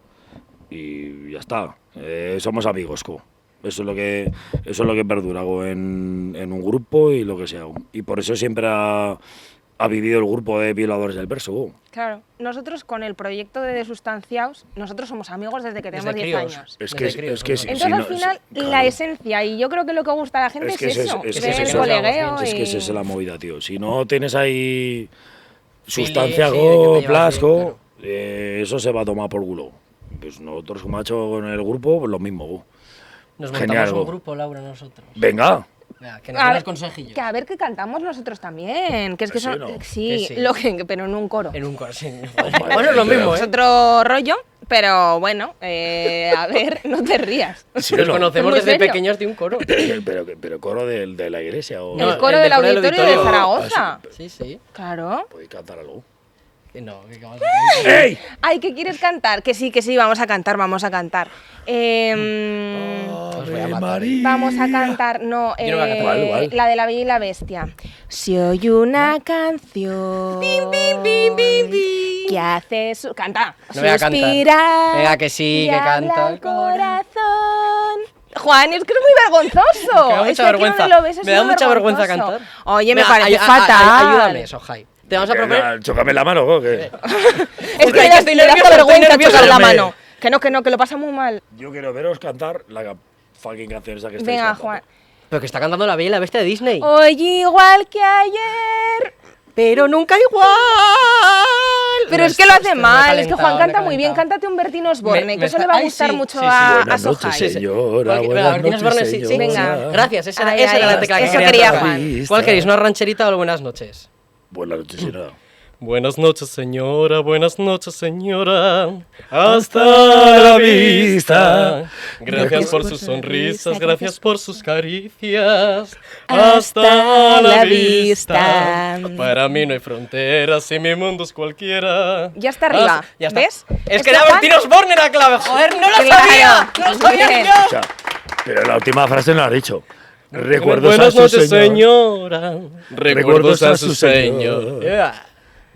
Speaker 3: Y ya está. Eh, somos amigos, co. Eso es lo que, eso es lo que perdura co, en, en un grupo y lo que sea. co. Y por eso siempre ha, ha vivido el grupo de violadores del verso. co.
Speaker 1: Claro, nosotros con el proyecto de Desustanciaos, nosotros somos amigos desde que
Speaker 2: Desde
Speaker 1: tenemos 10
Speaker 2: críos.
Speaker 1: años.
Speaker 3: Es
Speaker 2: Desde
Speaker 3: que, es,
Speaker 2: críos,
Speaker 3: es que
Speaker 2: somos
Speaker 3: si-
Speaker 1: Entonces
Speaker 3: si
Speaker 1: al
Speaker 3: no-
Speaker 1: final
Speaker 3: claro.
Speaker 1: la esencia, y yo creo que lo que gusta a la gente es,
Speaker 3: Es que es
Speaker 1: eso,
Speaker 3: eso, es
Speaker 1: ver
Speaker 3: que es
Speaker 1: el
Speaker 3: eso.
Speaker 1: colegueo
Speaker 2: Es
Speaker 1: y...
Speaker 3: Es que esa es la movida, tío. Si no tienes ahí sustancia,
Speaker 2: sí, de que te
Speaker 3: go,
Speaker 2: llevas
Speaker 3: plasco,
Speaker 2: bien, claro.
Speaker 3: eh, eso se va a tomar por culo. Pues nosotros, como ha hecho con el grupo, pues lo mismo. go.
Speaker 2: Nos
Speaker 3: Genial,
Speaker 2: montamos
Speaker 3: Hugo.
Speaker 2: un grupo, Laura, nosotros. <laughs>
Speaker 3: Venga.
Speaker 2: Venga, que nos
Speaker 1: A ver,
Speaker 2: das consejillos.
Speaker 1: que a ver que cantamos nosotros también, que es que
Speaker 3: Que sí,
Speaker 1: son-
Speaker 3: ¿no?
Speaker 1: sí,
Speaker 2: Que sí.
Speaker 1: lo que, pero en un coro.
Speaker 2: En un consejo. <laughs>
Speaker 3: Madre
Speaker 2: bueno, es lo
Speaker 3: mía.
Speaker 2: mismo,
Speaker 1: Es
Speaker 2: ¿eh?
Speaker 1: otro rollo, pero bueno, eh, a ver, <laughs> no te rías.
Speaker 3: Sí,
Speaker 2: Nos
Speaker 3: no.
Speaker 2: conocemos
Speaker 1: ¿Muy
Speaker 2: desde
Speaker 1: serio?
Speaker 2: pequeños de un coro.
Speaker 3: pero, Eh, pero, pero coro del- de, la iglesia o.
Speaker 2: No,
Speaker 1: el coro
Speaker 2: el
Speaker 1: del
Speaker 2: del coro del
Speaker 1: auditorio, de
Speaker 2: auditorio. Ah,
Speaker 1: Zaragoza.
Speaker 2: Sí, sí.
Speaker 1: Claro.
Speaker 3: Podéis cantar algo.
Speaker 2: No, que vamos
Speaker 3: ¡Ey!
Speaker 1: Ay, ¿qué quieres cantar? Que sí, que sí, vamos a cantar, vamos a cantar. Eh,
Speaker 2: voy a
Speaker 3: Ave
Speaker 2: matar.
Speaker 3: María.
Speaker 1: Vamos a cantar, no,
Speaker 2: Yo no voy a
Speaker 1: eh,
Speaker 2: cantar.
Speaker 3: ¿Cuál, cuál?
Speaker 1: la de la Bella y la Bestia. Se oye una canción que hace su... Canta,
Speaker 2: No voy a cantar.
Speaker 1: suspirar
Speaker 2: Venga, que sí,
Speaker 1: y
Speaker 2: que
Speaker 1: habla
Speaker 2: canta.
Speaker 1: al corazón. Juan, es que es muy vergonzoso.
Speaker 2: Me da
Speaker 1: Es que
Speaker 2: mucha
Speaker 1: aquí donde
Speaker 2: vergüenza.
Speaker 1: lo ves es
Speaker 2: me da
Speaker 1: muy
Speaker 2: mucha vergüenza
Speaker 1: vergonzoso.
Speaker 2: cantar.
Speaker 1: Oye, me
Speaker 2: Venga,
Speaker 1: parece
Speaker 2: ay- ay- ay-
Speaker 1: fatal.
Speaker 2: Ayúdame, Sohai. Te vamos a proponer.
Speaker 3: Chócame la mano, go, que-
Speaker 1: Es que
Speaker 2: Joder,
Speaker 1: ya
Speaker 2: estoy
Speaker 1: estoy nerviosa,
Speaker 2: nervioso, estoy
Speaker 1: vergüenza
Speaker 2: nervioso,
Speaker 1: chocar la
Speaker 2: hombre.
Speaker 1: mano. Que no, que no, que lo pasa muy mal.
Speaker 3: Yo quiero veros cantar la fucking canción esa que estáis
Speaker 1: Venga,
Speaker 3: cantando.
Speaker 1: Juan.
Speaker 2: Pero que está cantando la bella y la bestia de Disney.
Speaker 1: Hoy igual que ayer.
Speaker 2: Pero nunca igual.
Speaker 1: Pero es que lo hace mal, es que Juan canta muy bien. Cántate un Bertín
Speaker 2: Me-
Speaker 1: Osborne,
Speaker 2: me
Speaker 1: que eso
Speaker 2: está-
Speaker 1: le va a
Speaker 2: ay,
Speaker 1: gustar
Speaker 2: sí,
Speaker 1: mucho
Speaker 2: sí, sí.
Speaker 1: a, a
Speaker 3: Buenas noches,
Speaker 1: Sohai.
Speaker 3: sí, Señora,
Speaker 2: Porque-
Speaker 3: buenas
Speaker 2: Martín Osborne,
Speaker 3: noches,
Speaker 2: sí, sí.
Speaker 3: señora.
Speaker 1: Venga.
Speaker 2: Gracias, esa,
Speaker 1: Ay,
Speaker 2: esa
Speaker 1: ay,
Speaker 2: era la
Speaker 1: ay,
Speaker 2: tecla
Speaker 1: eso
Speaker 2: que
Speaker 1: quería
Speaker 2: tocar.
Speaker 3: Juan.
Speaker 2: ¿Cuál queréis, una rancherita o buenas noches?
Speaker 3: Buenas noches, señora.
Speaker 2: Buenas noches, señora. Buenas noches, señora.
Speaker 3: Hasta la vista.
Speaker 2: Gracias por
Speaker 1: sus sonrisas, gracias
Speaker 2: por sus caricias.
Speaker 1: Hasta la vista.
Speaker 2: Para mí no hay fronteras y mi mundo es cualquiera.
Speaker 1: Ah, Ya está arriba,
Speaker 2: Hasta- ya está.
Speaker 1: ¿ves?
Speaker 2: Es
Speaker 1: ¿Es
Speaker 2: que era
Speaker 1: capaz?
Speaker 2: Bertín Osborne la clave, Este joder, no lo
Speaker 1: Claro.
Speaker 2: sabía. No lo sabía
Speaker 1: Bien.
Speaker 2: yo.
Speaker 3: O sea, pero la última frase no la has dicho. Recuerdos
Speaker 2: Buenas
Speaker 3: a su
Speaker 2: noches,
Speaker 3: señor.
Speaker 2: señora.
Speaker 3: Recuerdos a su señor.
Speaker 2: Yeah.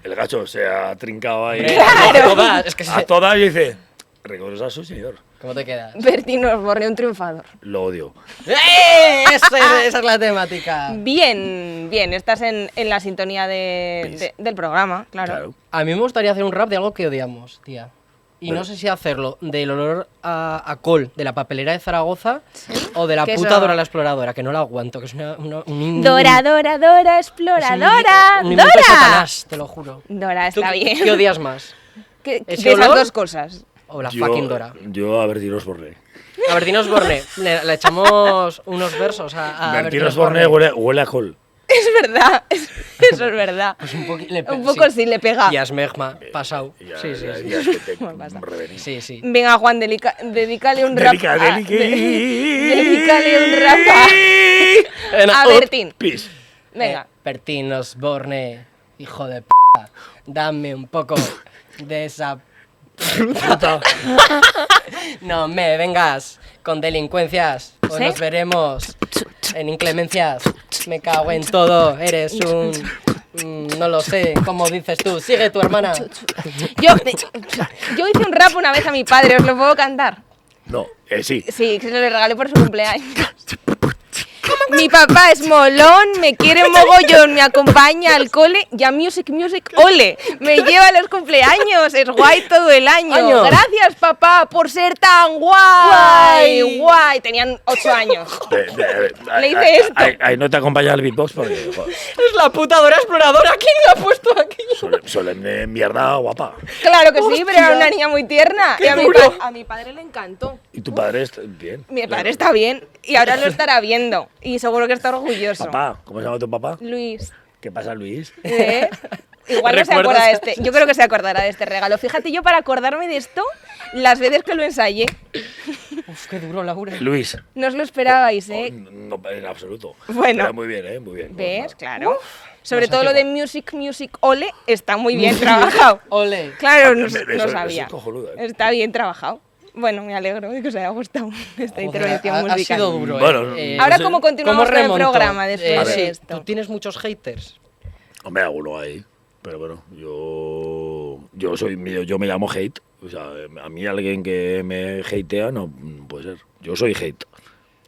Speaker 3: El gacho se ha trincado ahí.
Speaker 2: Claro. Todas, es que
Speaker 3: A
Speaker 2: se-
Speaker 3: todas y dice, recuerdos a su señor.
Speaker 2: ¿Cómo te quedas?
Speaker 1: Bertín Osborne, un triunfador.
Speaker 3: Lo odio.
Speaker 2: ¡Eh! Esa, es- esa es
Speaker 1: <laughs>
Speaker 2: la temática.
Speaker 1: Mm. Bien, bien, estás en, en la sintonía
Speaker 2: Pues
Speaker 1: de- de- del programa, claro.
Speaker 3: Claro.
Speaker 2: A mí me gustaría hacer un rap de algo que odiamos, tía. Y no
Speaker 3: Pero-
Speaker 2: sé si hacerlo del olor a, a col de la papelera de Zaragoza o de la
Speaker 1: Que
Speaker 2: puta
Speaker 1: eso-
Speaker 2: Dora la exploradora, que no la aguanto, que es una. una- un in-
Speaker 1: Dora, Dora, Dora,
Speaker 2: Mm. es un-
Speaker 1: exploradora,
Speaker 2: un invento de
Speaker 1: Dora.
Speaker 2: Satanás, te lo juro.
Speaker 1: Dora,
Speaker 2: ¿Tú
Speaker 1: está
Speaker 2: qué-
Speaker 1: bien.
Speaker 2: ¿Qué odias más?
Speaker 1: <laughs> Que-
Speaker 2: ese
Speaker 1: de esas
Speaker 2: olor?
Speaker 1: dos cosas. <laughs>
Speaker 2: O la
Speaker 3: Yo-
Speaker 2: fucking Dora.
Speaker 3: Yo a Bertín Osborne.
Speaker 2: A Bertín Osborne, le, le echamos unos versos a, a
Speaker 3: Bertín Osborne huele, huele a col.
Speaker 1: Es verdad, es- eso es verdad.
Speaker 2: Pues un, poqui- le pe-
Speaker 1: Un poco sí le pega.
Speaker 2: Y Asmegma, pasado.
Speaker 3: Ya,
Speaker 2: sí, sí,
Speaker 3: ya,
Speaker 2: sí.
Speaker 3: ya es que te
Speaker 1: basta.
Speaker 3: revenís.
Speaker 2: Sí, sí.
Speaker 1: Venga, Juan, delica- dedícale un rap.
Speaker 3: Delica-
Speaker 1: a-
Speaker 3: delique-
Speaker 1: de- dedícale un
Speaker 3: <laughs>
Speaker 1: rap a, a Bertín.
Speaker 3: Pis.
Speaker 1: Venga.
Speaker 2: Eh, Bertín Osborne, hijo de p. Dame un poco de esa
Speaker 3: Fruta.
Speaker 2: No me vengas con delincuencias, o
Speaker 1: ¿Sí?
Speaker 2: nos veremos en inclemencias. Me cago en todo, eres un... mm, No lo sé, como dices tú, sigue tu hermana.
Speaker 1: Yo, yo hice un rap una vez a mi padre, os lo puedo cantar.
Speaker 3: No, eh, sí.
Speaker 1: Sí, que se lo regalé por su cumpleaños. Mi papá es molón, me quiere mogollón, me acompaña al cole y a Music Music Ole. Me lleva a los cumpleaños, es guay todo el año.
Speaker 2: Año.
Speaker 1: Gracias, papá, por ser tan guay.
Speaker 2: Guay.
Speaker 1: Guay, tenían ocho años.
Speaker 3: De- de-
Speaker 1: Le hice
Speaker 3: ahí- ahí-
Speaker 1: esto.
Speaker 3: Ahí, ahí no te acompaña el beatbox porque joder,
Speaker 2: Es la putadora exploradora, ¿quién la ha puesto aquí?
Speaker 3: sole- solemne mierda guapa.
Speaker 1: Claro que sí, pero era
Speaker 2: Hostia.
Speaker 1: una niña muy tierna.
Speaker 2: Qué
Speaker 1: y a mi,
Speaker 2: duro.
Speaker 1: pa- a mi padre le encantó.
Speaker 3: Y tu padre está bien.
Speaker 1: Mi padre está bien y ahora
Speaker 3: <laughs>
Speaker 1: lo estará viendo y seguro que está orgulloso.
Speaker 3: Papá, ¿cómo se llama tu papá?
Speaker 1: Luis.
Speaker 3: <laughs> ¿Qué pasa, Luis?
Speaker 1: ¿Eh? Igual no se
Speaker 2: ¿Recuerdas?
Speaker 1: acuerda de este. Yo creo que se acordará de este regalo. Fíjate, yo para acordarme de esto, las veces que lo ensayé,
Speaker 2: Uf, qué duro, Laura.
Speaker 3: Luis.
Speaker 1: no os lo esperabais,
Speaker 3: Oh,
Speaker 1: ¿eh?
Speaker 3: No, en absoluto.
Speaker 1: Bueno.
Speaker 3: Pero muy bien, ¿eh? Muy bien.
Speaker 1: ¿Ves?
Speaker 3: Bueno,
Speaker 1: Claro. Sobre
Speaker 2: nos
Speaker 1: todo lo de Music, Music, Ole, está muy
Speaker 3: <laughs>
Speaker 1: bien trabajado.
Speaker 2: <laughs> Ole.
Speaker 1: Claro, no,
Speaker 3: Eso-
Speaker 1: no
Speaker 3: eso es
Speaker 1: sabía.
Speaker 3: cojonudo, ¿eh?
Speaker 1: Está bien trabajado. Bueno, me alegro de que os haya gustado esta
Speaker 2: Joder,
Speaker 1: intervención
Speaker 2: ha- ha
Speaker 1: musical.
Speaker 2: sido duro, ¿eh?
Speaker 3: Bueno,
Speaker 2: Eh,
Speaker 1: Ahora,
Speaker 3: No sé.
Speaker 1: ¿cómo continuamos con el programa después
Speaker 2: Eh,
Speaker 3: A
Speaker 1: de
Speaker 3: ver.
Speaker 2: sí,
Speaker 1: esto?
Speaker 2: Tú tienes muchos haters.
Speaker 3: Hombre, alguno ahí. Pero bueno, yo. Yo soy. Yo me llamo hate. O sea, a mí alguien que me hatea no puede ser. Yo soy hate.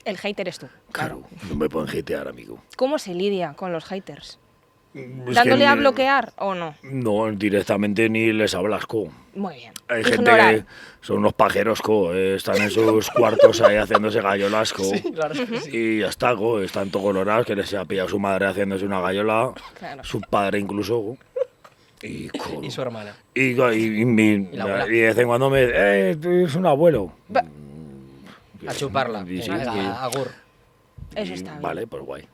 Speaker 1: El hater es tú.
Speaker 3: Claro. No me pueden hatear, amigo.
Speaker 1: ¿Cómo se lidia con los haters?
Speaker 3: Es
Speaker 1: ¿Dándole
Speaker 3: Pues que-
Speaker 1: a bloquear o no?
Speaker 3: No, directamente ni les hablas, co.
Speaker 1: Muy bien.
Speaker 3: Hay
Speaker 1: Ignorar.
Speaker 3: gente que son unos pajeros, co. eh, están
Speaker 2: <laughs>
Speaker 3: en sus cuartos ahí haciéndose gallolas, co. Y ya está, co. Están todos colorados que les ha pillado su madre haciéndose una gallola,
Speaker 1: Claro.
Speaker 3: su padre incluso, co. Y, co,
Speaker 2: Y su hermana.
Speaker 3: y, co, y- y mi-
Speaker 2: Y la abuela.
Speaker 3: y de vez en cuando me eh, tú eres un abuelo. Mm,
Speaker 1: Ba-
Speaker 2: A chuparla.
Speaker 3: Y sí,
Speaker 2: Venga,
Speaker 3: y-
Speaker 2: agur.
Speaker 1: Eso
Speaker 3: y
Speaker 1: está bien.
Speaker 3: Vale, pues guay.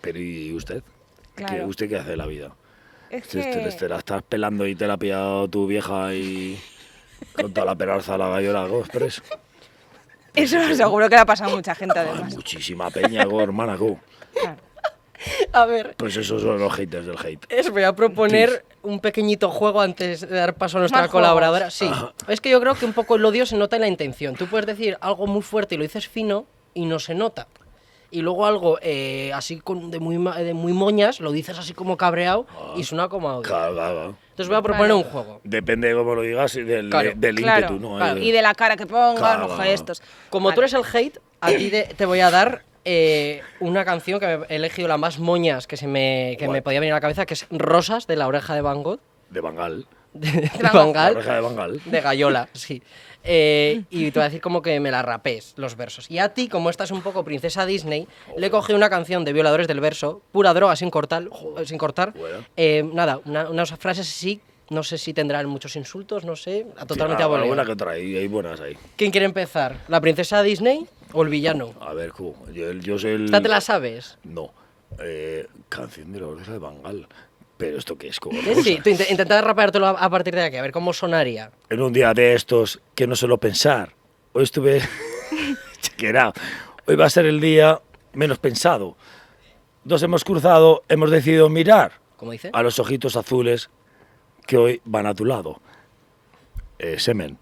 Speaker 3: Pero ¿y usted? ¿Qué,
Speaker 1: Claro.
Speaker 3: ¿Usted qué hace de la vida?
Speaker 1: Es
Speaker 3: Si te,
Speaker 1: que-
Speaker 3: te la estás pelando y te la ha pillado tu vieja y con toda la peralza la gallola, pues. go, express.
Speaker 1: Eso <laughs> seguro que le ha pasado a mucha gente
Speaker 3: Ay,
Speaker 1: además.
Speaker 3: muchísima peña, go, hermana, go.
Speaker 1: Claro.
Speaker 2: A ver,
Speaker 3: Pues esos son los haters del hate.
Speaker 2: os voy a proponer un pequeñito juego antes de dar paso a nuestra
Speaker 1: Más
Speaker 2: colaboradora. Sí, es que yo creo que un poco el odio se nota en la intención. Tú puedes decir algo muy fuerte y lo dices fino y no se nota. Y luego algo eh, así con, de, muy, ma- de muy moñas, lo dices así como cabreado
Speaker 3: Ah,
Speaker 2: y suena como a odio.
Speaker 3: Cagada.
Speaker 2: Entonces voy a proponer
Speaker 1: Vale.
Speaker 2: un juego.
Speaker 3: Depende de cómo lo digas y del,
Speaker 2: Claro,
Speaker 3: del
Speaker 1: Claro,
Speaker 3: ímpetu, ¿no?
Speaker 1: claro.
Speaker 3: Eh,
Speaker 1: Y de la cara que pongas, los
Speaker 3: Claro.
Speaker 1: gestos.
Speaker 2: Como
Speaker 1: Vale.
Speaker 2: tú eres el hate, a ti de- te voy a dar eh, una canción que me- he elegido la más moñas que se me, que me
Speaker 3: Guay.
Speaker 2: podía venir a la cabeza, que es Rosas de la oreja de Van Gogh,
Speaker 3: De Bangal.
Speaker 2: de, de
Speaker 1: Van Gogh.
Speaker 2: Van
Speaker 3: La
Speaker 2: Gaal,
Speaker 3: oreja de Bangal.
Speaker 2: de Gallola, sí. Eh, y te voy a decir como que me la rapes los versos. Y a ti, como estás un poco princesa Disney, le cogí una canción de Violadores del Verso, pura droga sin cortar, sin cortar.
Speaker 3: Buena.
Speaker 2: Eh, nada, una- unas frases así, no sé si tendrán muchos insultos, no sé, totalmente
Speaker 3: Ah,
Speaker 2: a voleo.
Speaker 3: Alguna que otra, y hay buenas ahí.
Speaker 2: ¿Quién quiere empezar? ¿La princesa Disney o el villano?
Speaker 3: A ver, cu, yo, yo soy el...
Speaker 2: Esta te la sabes.
Speaker 3: No. Eh, canción de la oreja de Bangal. Pero esto qué es, co.
Speaker 2: Sí, sí, tú inte- intenta rapeártelo a, a partir de aquí, a ver cómo sonaría.
Speaker 3: en un día de estos que no suelo pensar.
Speaker 2: <laughs>
Speaker 3: Hoy estuve. que era. Hoy va a ser el día menos pensado. Nos hemos cruzado, hemos decidido mirar
Speaker 2: ¿Cómo dice?
Speaker 3: a los ojitos azules que hoy van a tu lado. Eh, semen.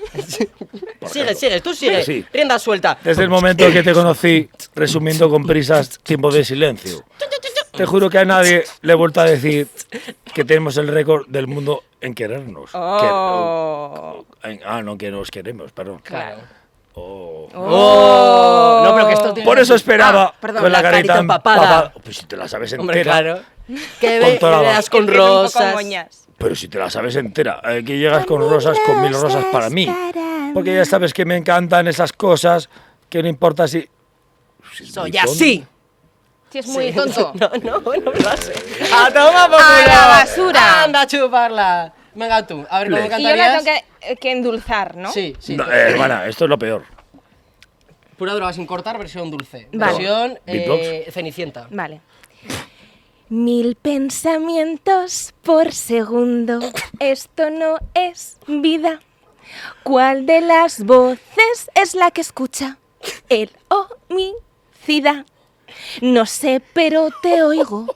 Speaker 2: <laughs> Sigue, sigue, tú sigue.
Speaker 3: Sí.
Speaker 2: Rienda suelta.
Speaker 3: Desde el momento que te conocí, resumiendo con prisas, tiempo de silencio. Te juro que a nadie le he vuelto a decir que tenemos el récord del mundo en querernos. Que-
Speaker 1: Oh.
Speaker 3: en- ah, no, que nos queremos, perdón.
Speaker 2: Claro.
Speaker 3: Oh.
Speaker 2: Oh. No, pero que esto tiene
Speaker 3: Por
Speaker 2: que
Speaker 3: eso
Speaker 2: ser-
Speaker 3: esperaba
Speaker 2: Ah, perdón,
Speaker 3: con la, carita, empapada.
Speaker 2: empapada.
Speaker 3: Pues si te la sabes entera.
Speaker 2: Hombre, claro. Que
Speaker 3: Con
Speaker 2: ve-
Speaker 3: toda la
Speaker 2: veas
Speaker 3: va-
Speaker 2: con
Speaker 1: Es que es un poco
Speaker 2: rosas.
Speaker 1: moñas.
Speaker 3: Pero si te la sabes entera. Aquí llegas con rosas, con mil rosas para mí. Porque ya sabes que me encantan esas cosas que no importa si... si es
Speaker 2: Soy
Speaker 3: muy tonto.
Speaker 2: así.
Speaker 1: Sí, es muy
Speaker 3: <laughs>
Speaker 1: tonto.
Speaker 2: No, no, no lo hace. ¡A toma por
Speaker 1: A
Speaker 2: culo!
Speaker 1: la basura.
Speaker 2: ¡Anda a chuparla! Venga tú, a ver cómo
Speaker 3: Le-
Speaker 1: Y yo la tengo
Speaker 2: cantarías.
Speaker 1: que, eh, que endulzar, ¿no?
Speaker 2: Sí, sí.
Speaker 3: No, eh, hermana, esto es lo peor.
Speaker 2: Pura droga sin cortar, versión dulce.
Speaker 1: Vale.
Speaker 2: Versión eh,
Speaker 3: Beatbox.
Speaker 2: cenicienta.
Speaker 1: Vale. Mil pensamientos por segundo. Esto no es vida. ¿Cuál de las voces es la que escucha? El homicida. No sé, pero te oigo.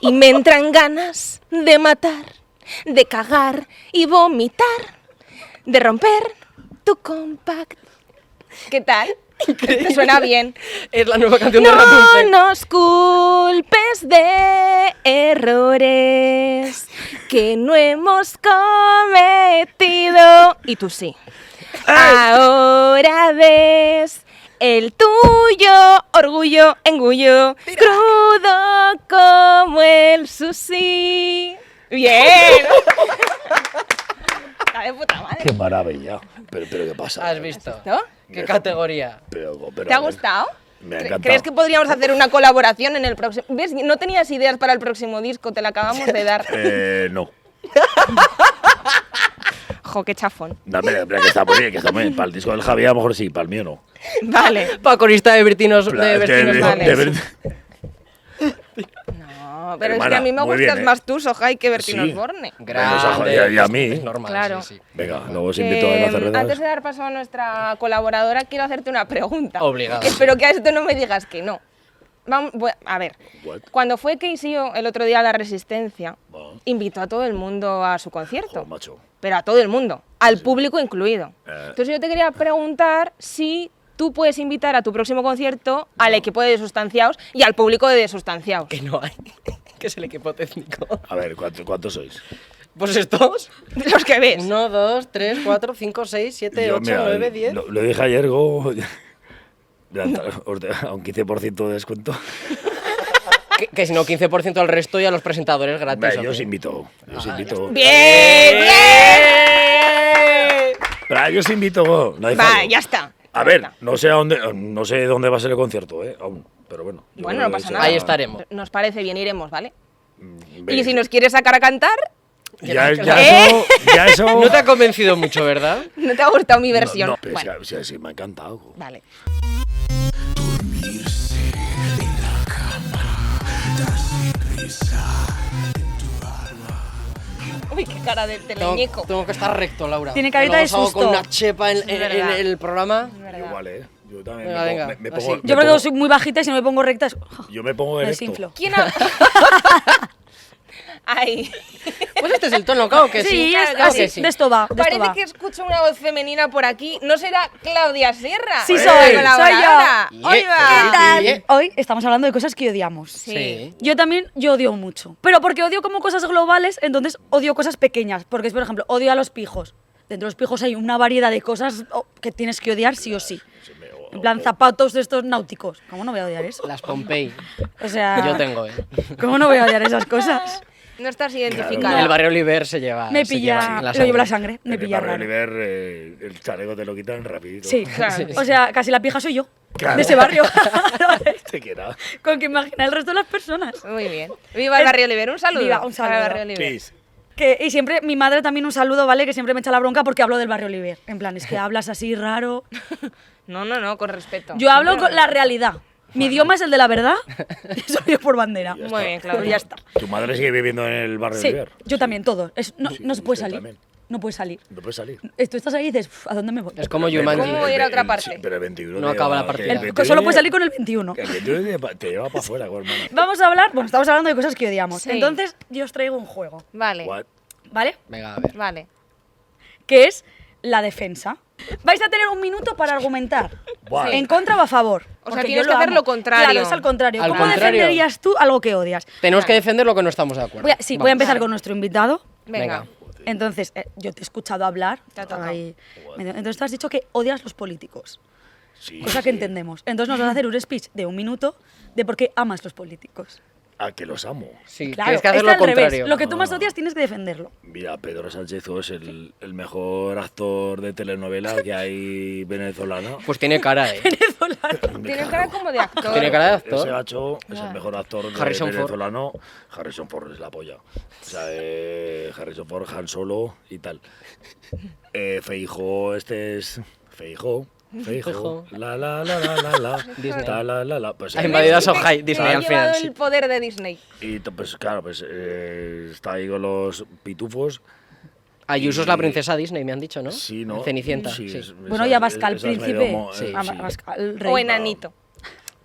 Speaker 1: Y me entran ganas de matar, de cagar y vomitar. de romper tu compact. ¿Qué tal? Te suena bien.
Speaker 2: Es la nueva canción de
Speaker 1: No
Speaker 2: Rapunzel.
Speaker 1: nos culpes de errores que no hemos cometido. Y tú sí. Ahora ves el tuyo, orgullo, engullo, crudo como el sushi. Bien. Está de puta madre,
Speaker 3: Qué maravilla. Pero, pero ¿qué pasa?
Speaker 2: ¿Has visto?
Speaker 1: ¿no?
Speaker 2: ¿Qué categoría?
Speaker 3: Pero- pero- eh,
Speaker 1: ¿Te ha gustado?
Speaker 3: Me ha
Speaker 1: ¿Cre-
Speaker 3: encantado.
Speaker 1: ¿Crees que podríamos hacer una colaboración en el próximo? ¿Ves? No tenías ideas para el próximo disco, te la acabamos de
Speaker 3: <laughs>
Speaker 1: dar.
Speaker 3: Eh, no.
Speaker 1: Jo, qué chafón.
Speaker 3: No, pero, pero que está muy bien, que está muy bien. Para el disco del Javier a lo mejor sí, para el mío no. <laughs>
Speaker 1: Vale.
Speaker 2: Pa' corista de Bertinos,
Speaker 3: Pla-
Speaker 2: de Bertinos
Speaker 3: de-
Speaker 1: Vales.
Speaker 3: de ver-
Speaker 1: No, pero es que
Speaker 3: Hermana,
Speaker 1: a mí me
Speaker 3: muy
Speaker 1: gustas
Speaker 3: bien, ¿eh?
Speaker 1: más tú, Sohai, que Bertino
Speaker 3: Sí.
Speaker 1: Osborne.
Speaker 2: Grande.
Speaker 3: y a- y a mí.
Speaker 2: Es normal,
Speaker 1: Claro.
Speaker 2: sí, sí.
Speaker 3: Venga, luego os invito a
Speaker 1: Eh,
Speaker 3: las cervezas.
Speaker 1: antes de dar paso a nuestra colaboradora, quiero hacerte una pregunta.
Speaker 2: Obligado.
Speaker 1: Espero que a esto no me digas que no. Vamos, voy- a ver,
Speaker 3: What?
Speaker 1: cuando fue Keisio el otro día a La Resistencia,
Speaker 3: Bueno.
Speaker 1: invitó a todo el mundo a su concierto.
Speaker 3: Joder, macho.
Speaker 1: pero a todo el mundo, al público incluido.
Speaker 3: Eh.
Speaker 1: Entonces yo te quería preguntar si tú puedes invitar a tu próximo concierto al equipo de Desustanciados y al público de Desustanciados.
Speaker 2: Que no hay. <laughs> que es el equipo técnico.
Speaker 3: A ver, ¿cuánto- ¿cuántos sois?
Speaker 2: Pues estos.
Speaker 1: Los que ves.
Speaker 2: 1, 2, 3, 4, 5, 6, 7,
Speaker 3: Yo,
Speaker 2: 8,
Speaker 3: mira,
Speaker 2: 9, 10.
Speaker 3: Lo, lo dije ayer, Go. <laughs> Ya, os de- A un 15% de descuento.
Speaker 2: Que, que si no, 15% al resto y a los presentadores gratis.
Speaker 3: Venga,
Speaker 2: ¿o
Speaker 3: yo os
Speaker 2: qué?
Speaker 3: invito. Yo
Speaker 1: Ah,
Speaker 3: os invito.
Speaker 1: Bien, bien.
Speaker 3: Pero yo os invito, Go. No hay
Speaker 1: Va,
Speaker 3: fallo.
Speaker 1: ya está.
Speaker 3: A ver, no sé, a dónde, no sé dónde va a ser el concierto, ¿eh? Aún. Pero bueno. yo
Speaker 1: Bueno,
Speaker 3: creo
Speaker 1: no
Speaker 3: que
Speaker 1: pasa
Speaker 3: será-
Speaker 1: nada.
Speaker 2: Ahí estaremos.
Speaker 1: Nos parece bien, iremos, ¿vale?
Speaker 3: Mm,
Speaker 1: Y
Speaker 3: ve.
Speaker 1: si nos quieres sacar a cantar, <laughs>
Speaker 3: Ya,
Speaker 2: que-
Speaker 3: ya
Speaker 1: ¿Eh?
Speaker 3: eso. Ya
Speaker 1: <laughs>
Speaker 3: eso.
Speaker 2: No te ha convencido mucho, ¿verdad?
Speaker 1: no te ha gustado mi
Speaker 3: No,
Speaker 1: versión.
Speaker 3: No, pero
Speaker 1: Bueno,
Speaker 3: sí, sí, sí, me ha encantado. Go.
Speaker 1: vale. Uy, qué cara de
Speaker 2: Tengo,
Speaker 1: teleñeco.
Speaker 2: tengo que estar recto, Laura.
Speaker 4: Tiene carita
Speaker 2: Luego
Speaker 4: de
Speaker 2: os hago
Speaker 4: susto.
Speaker 2: con una chepa en, en- en
Speaker 1: verdad. Pues
Speaker 2: el programa.
Speaker 3: Igual, ¿eh? Yo también
Speaker 2: Venga,
Speaker 3: me,
Speaker 2: venga,
Speaker 3: pongo, me- me
Speaker 2: así.
Speaker 3: pongo-
Speaker 2: Yo
Speaker 3: me
Speaker 4: Yo porque
Speaker 3: pongo-
Speaker 4: soy muy bajita y si no me pongo recta es... <laughs>
Speaker 3: yo me pongo
Speaker 4: me
Speaker 3: erecto.
Speaker 4: desinflo.
Speaker 1: ¿Quién
Speaker 4: <laughs>
Speaker 1: ha... Ay,
Speaker 2: Pues este es el tono, claro que sí.
Speaker 4: Sí,
Speaker 1: claro
Speaker 4: es-
Speaker 1: que
Speaker 4: ah,
Speaker 1: sí.
Speaker 4: sí, de esto va, de esto
Speaker 1: parece
Speaker 4: va.
Speaker 1: que escucho una voz femenina por aquí. ¿No será Claudia Sierra?
Speaker 4: Sí,
Speaker 3: ¡Eh!
Speaker 4: soy,
Speaker 1: La
Speaker 4: soy
Speaker 1: colaboradora.
Speaker 4: yo.
Speaker 1: Ahí
Speaker 4: ¿Qué
Speaker 1: va.
Speaker 4: tal?
Speaker 2: Bien.
Speaker 4: Hoy estamos hablando de cosas que odiamos.
Speaker 1: Sí.
Speaker 4: Yo también, yo odio mucho. Pero porque odio como cosas globales, entonces odio cosas pequeñas. Porque es, por ejemplo, odio a los pijos. Dentro de los pijos hay una variedad de cosas oh, que tienes que odiar sí o sí. En plan, zapatos de estos náuticos. ¿Cómo no voy a odiar eso?
Speaker 2: Las Pompey.
Speaker 4: O sea...
Speaker 2: Yo tengo, ¿eh?
Speaker 4: <laughs> ¿Cómo no voy a odiar esas cosas?
Speaker 1: No estás
Speaker 3: Claro.
Speaker 2: El
Speaker 1: identificada.
Speaker 2: barrio Oliver se lleva.
Speaker 4: Me
Speaker 2: se lleva
Speaker 4: pilla...
Speaker 2: en la
Speaker 4: lo llevo la
Speaker 2: sangre.
Speaker 4: sangre.
Speaker 3: En
Speaker 4: Me
Speaker 3: el
Speaker 4: pilla
Speaker 3: barrio
Speaker 4: raro.
Speaker 3: Oliver, eh, el chaleco te lo quitan rapidito.
Speaker 4: Sí,
Speaker 1: Claro.
Speaker 4: o sea, casi la pija soy yo.
Speaker 3: Claro.
Speaker 4: De ese <laughs> barrio.
Speaker 3: <laughs> Te queda.
Speaker 4: Con que imagina el resto de las personas.
Speaker 1: Muy bien. Viva el barrio Oliver. Un saludo.
Speaker 4: Viva,
Speaker 1: para
Speaker 4: un
Speaker 1: el
Speaker 4: saludo.
Speaker 1: barrio Oliver.
Speaker 3: Peace.
Speaker 4: Que, y siempre, mi madre también un saludo, ¿vale? Que siempre me echa la bronca porque hablo del barrio Oliver. En plan, es que hablas así raro.
Speaker 1: No, no, no, con respeto.
Speaker 4: Yo hablo con la realidad. Mi idioma es el de la verdad. <laughs> Y eso yo por bandera.
Speaker 1: Muy bien, claro,
Speaker 4: ya está.
Speaker 3: ¿Tu madre sigue viviendo en el barrio
Speaker 4: Sí,
Speaker 3: Oliver?
Speaker 4: yo también, todo. Es- no,
Speaker 3: Sí,
Speaker 4: no se puede
Speaker 3: usted
Speaker 4: salir.
Speaker 3: también.
Speaker 4: No puede salir.
Speaker 3: No puedes salir.
Speaker 4: Eh, Tú estás ahí y dices, "Uf, ¿a dónde me voy?
Speaker 2: Es como
Speaker 1: ¿Cómo
Speaker 2: Jumanji.
Speaker 1: voy a ir a otra
Speaker 3: el-
Speaker 1: parte?
Speaker 3: sí, pero el 21
Speaker 2: No
Speaker 3: te
Speaker 2: acaba
Speaker 3: lleva-
Speaker 2: la partida.
Speaker 3: el
Speaker 2: El-
Speaker 3: 21
Speaker 4: Solo puedes
Speaker 3: te-
Speaker 4: salir con el 21.
Speaker 3: El 21 te lleva- te lleva para afuera, go, hermana.
Speaker 4: Vamos a hablar, bueno, estamos hablando de cosas que odiamos.
Speaker 1: Sí.
Speaker 4: Entonces, yo os traigo un juego,
Speaker 1: Vale.
Speaker 3: What?
Speaker 4: ¿vale?
Speaker 2: Venga, a ver.
Speaker 1: Vale.
Speaker 4: Que es la defensa. Vais a tener un minuto para argumentar.
Speaker 3: What?
Speaker 4: En contra o a favor.
Speaker 1: O sea,
Speaker 4: porque
Speaker 1: tienes
Speaker 4: yo
Speaker 1: que hacer
Speaker 4: amo.
Speaker 1: lo contrario.
Speaker 4: Claro, es al contrario.
Speaker 2: Al
Speaker 4: ¿Cómo
Speaker 2: contrario.
Speaker 4: defenderías tú algo que odias?
Speaker 2: Tenemos que defender lo que no estamos de acuerdo.
Speaker 4: Voy a- sí, voy a
Speaker 2: Vamos.
Speaker 4: empezar con nuestro invitado.
Speaker 1: Venga.
Speaker 2: Venga.
Speaker 4: Entonces, eh, yo te he escuchado hablar.
Speaker 1: Te ha tocado.
Speaker 4: Ay, me- entonces, tú has dicho que odias los políticos.
Speaker 3: Sí,
Speaker 4: Cosa
Speaker 3: sí.
Speaker 4: que entendemos. Entonces, nos vas a hacer un speech de un minuto de por qué amas los políticos.
Speaker 3: A Ah, que los amo.
Speaker 2: Sí,
Speaker 4: Claro,
Speaker 2: tienes que hacer
Speaker 4: está
Speaker 2: lo
Speaker 4: al revés.
Speaker 2: contrario.
Speaker 4: Lo que tú más odias tienes que defenderlo. <laughs>
Speaker 3: Mira, Pedro Sánchez es el, el mejor actor de telenovela que hay venezolana.
Speaker 2: Pues tiene
Speaker 4: <laughs>
Speaker 2: cara, ¿eh?
Speaker 1: Tiene cara como de actor.
Speaker 2: Tiene cara de actor.
Speaker 3: Ese gacho es el mejor actor de
Speaker 2: Harrison Ford.
Speaker 3: venezolano. Harrison Ford es la polla. O sea, eh, Harrison Ford, Han Solo y tal. Eh, Feijo, este es. Feijo. Feijo.
Speaker 2: Feijóo.
Speaker 3: La la la la la la.
Speaker 2: Disney.
Speaker 3: Ta, la la la. Pues,
Speaker 2: Ha
Speaker 3: eh,
Speaker 2: invadido a
Speaker 1: Te-
Speaker 2: Sohai,
Speaker 1: te
Speaker 2: Disney
Speaker 1: ha
Speaker 2: al
Speaker 1: llevado
Speaker 2: final.
Speaker 1: el
Speaker 2: sí.
Speaker 1: poder de Disney.
Speaker 3: Y t- pues claro, pues eh, está ahí con los pitufos.
Speaker 2: Ayuso Ah, es la princesa Disney, me han dicho, ¿no?
Speaker 3: Sí, ¿no?
Speaker 2: Cenicienta.
Speaker 3: Sí,
Speaker 2: sí.
Speaker 3: es-
Speaker 4: Bueno,
Speaker 3: esa-
Speaker 4: y Abascal,
Speaker 3: esa es medio
Speaker 4: príncipe.
Speaker 3: mo- eh,
Speaker 2: Sí.
Speaker 4: Ama-
Speaker 3: sí.
Speaker 4: Abascal,
Speaker 1: O
Speaker 4: rey.
Speaker 1: enanito.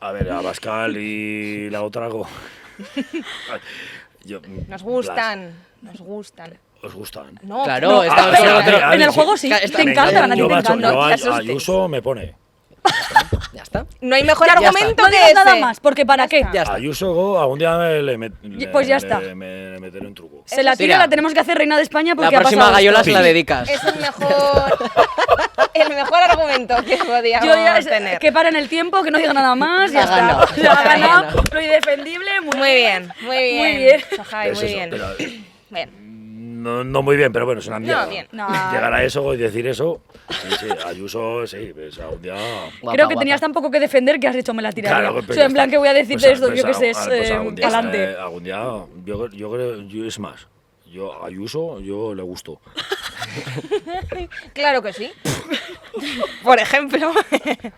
Speaker 3: A ver, a Pascal y la otra go. <laughs> Yo-
Speaker 1: Nos gustan. Nos gustan.
Speaker 3: os gustan.
Speaker 1: No,
Speaker 2: Claro,
Speaker 1: no,
Speaker 3: Ah,
Speaker 2: está-
Speaker 1: pero-
Speaker 2: está-
Speaker 3: pero-
Speaker 4: en el juego sí,
Speaker 2: Ca-
Speaker 4: te
Speaker 2: está-
Speaker 4: encantan, a ti
Speaker 3: Yo,
Speaker 4: te
Speaker 3: macho,
Speaker 4: encantan.
Speaker 3: yo
Speaker 4: No
Speaker 3: a-
Speaker 4: te asustes.
Speaker 3: Ayuso me pone.
Speaker 2: Ya está.
Speaker 1: no hay mejor
Speaker 2: Ya está.
Speaker 1: argumento
Speaker 4: No
Speaker 1: que
Speaker 4: digas
Speaker 1: ese.
Speaker 4: nada más, porque ¿para qué?
Speaker 2: Ya está.
Speaker 3: Ayuso, go, algún día me- le, met- le-
Speaker 4: pues ya está.
Speaker 3: le- me- le meteré un truco.
Speaker 4: Se la
Speaker 2: Eso sí.
Speaker 4: tira,
Speaker 2: Mira.
Speaker 4: la tenemos que hacer reina de España
Speaker 2: La
Speaker 4: porque ha
Speaker 2: próxima
Speaker 4: pasado esto.
Speaker 2: gallola se la
Speaker 3: Sí.
Speaker 2: dedicas.
Speaker 1: Es el mejor, <laughs> el mejor argumento que podíamos
Speaker 4: Yo ya,
Speaker 1: tener.
Speaker 4: que paren el tiempo, que no diga nada más, ya
Speaker 2: Ha ganado.
Speaker 4: está. <laughs> Ya ha
Speaker 2: Ha
Speaker 4: ganado,
Speaker 2: ganado.
Speaker 4: lo indefendible, muy,
Speaker 1: Muy bien, muy bien.
Speaker 4: Muy bien.
Speaker 1: Sojai,
Speaker 3: Es
Speaker 1: muy
Speaker 3: eso,
Speaker 1: bien.
Speaker 3: pero,
Speaker 1: Bien.
Speaker 3: no, no muy bien, pero bueno, es una mierda. <laughs>
Speaker 1: bien.
Speaker 4: No.
Speaker 3: Llegar a eso y decir eso. Sí, sí, Ayuso, sí, pues, algún día.
Speaker 2: Guapa,
Speaker 4: Creo que
Speaker 2: guapa.
Speaker 4: tenías tan poco que defender que has dicho me la tiraría.
Speaker 3: Claro,
Speaker 4: o
Speaker 3: pero
Speaker 4: sea,
Speaker 3: ya
Speaker 4: en plan,
Speaker 3: está.
Speaker 4: que voy a decir
Speaker 3: Pues,
Speaker 4: de esto?
Speaker 3: pues,
Speaker 4: yo qué sé, es
Speaker 3: al- pues,
Speaker 4: eh,
Speaker 3: algún día,
Speaker 4: adelante.
Speaker 3: eh, algún día, yo, yo creo, yo- es más, yo a Ayuso yo le gusto.
Speaker 1: Claro que sí. <laughs> Por ejemplo.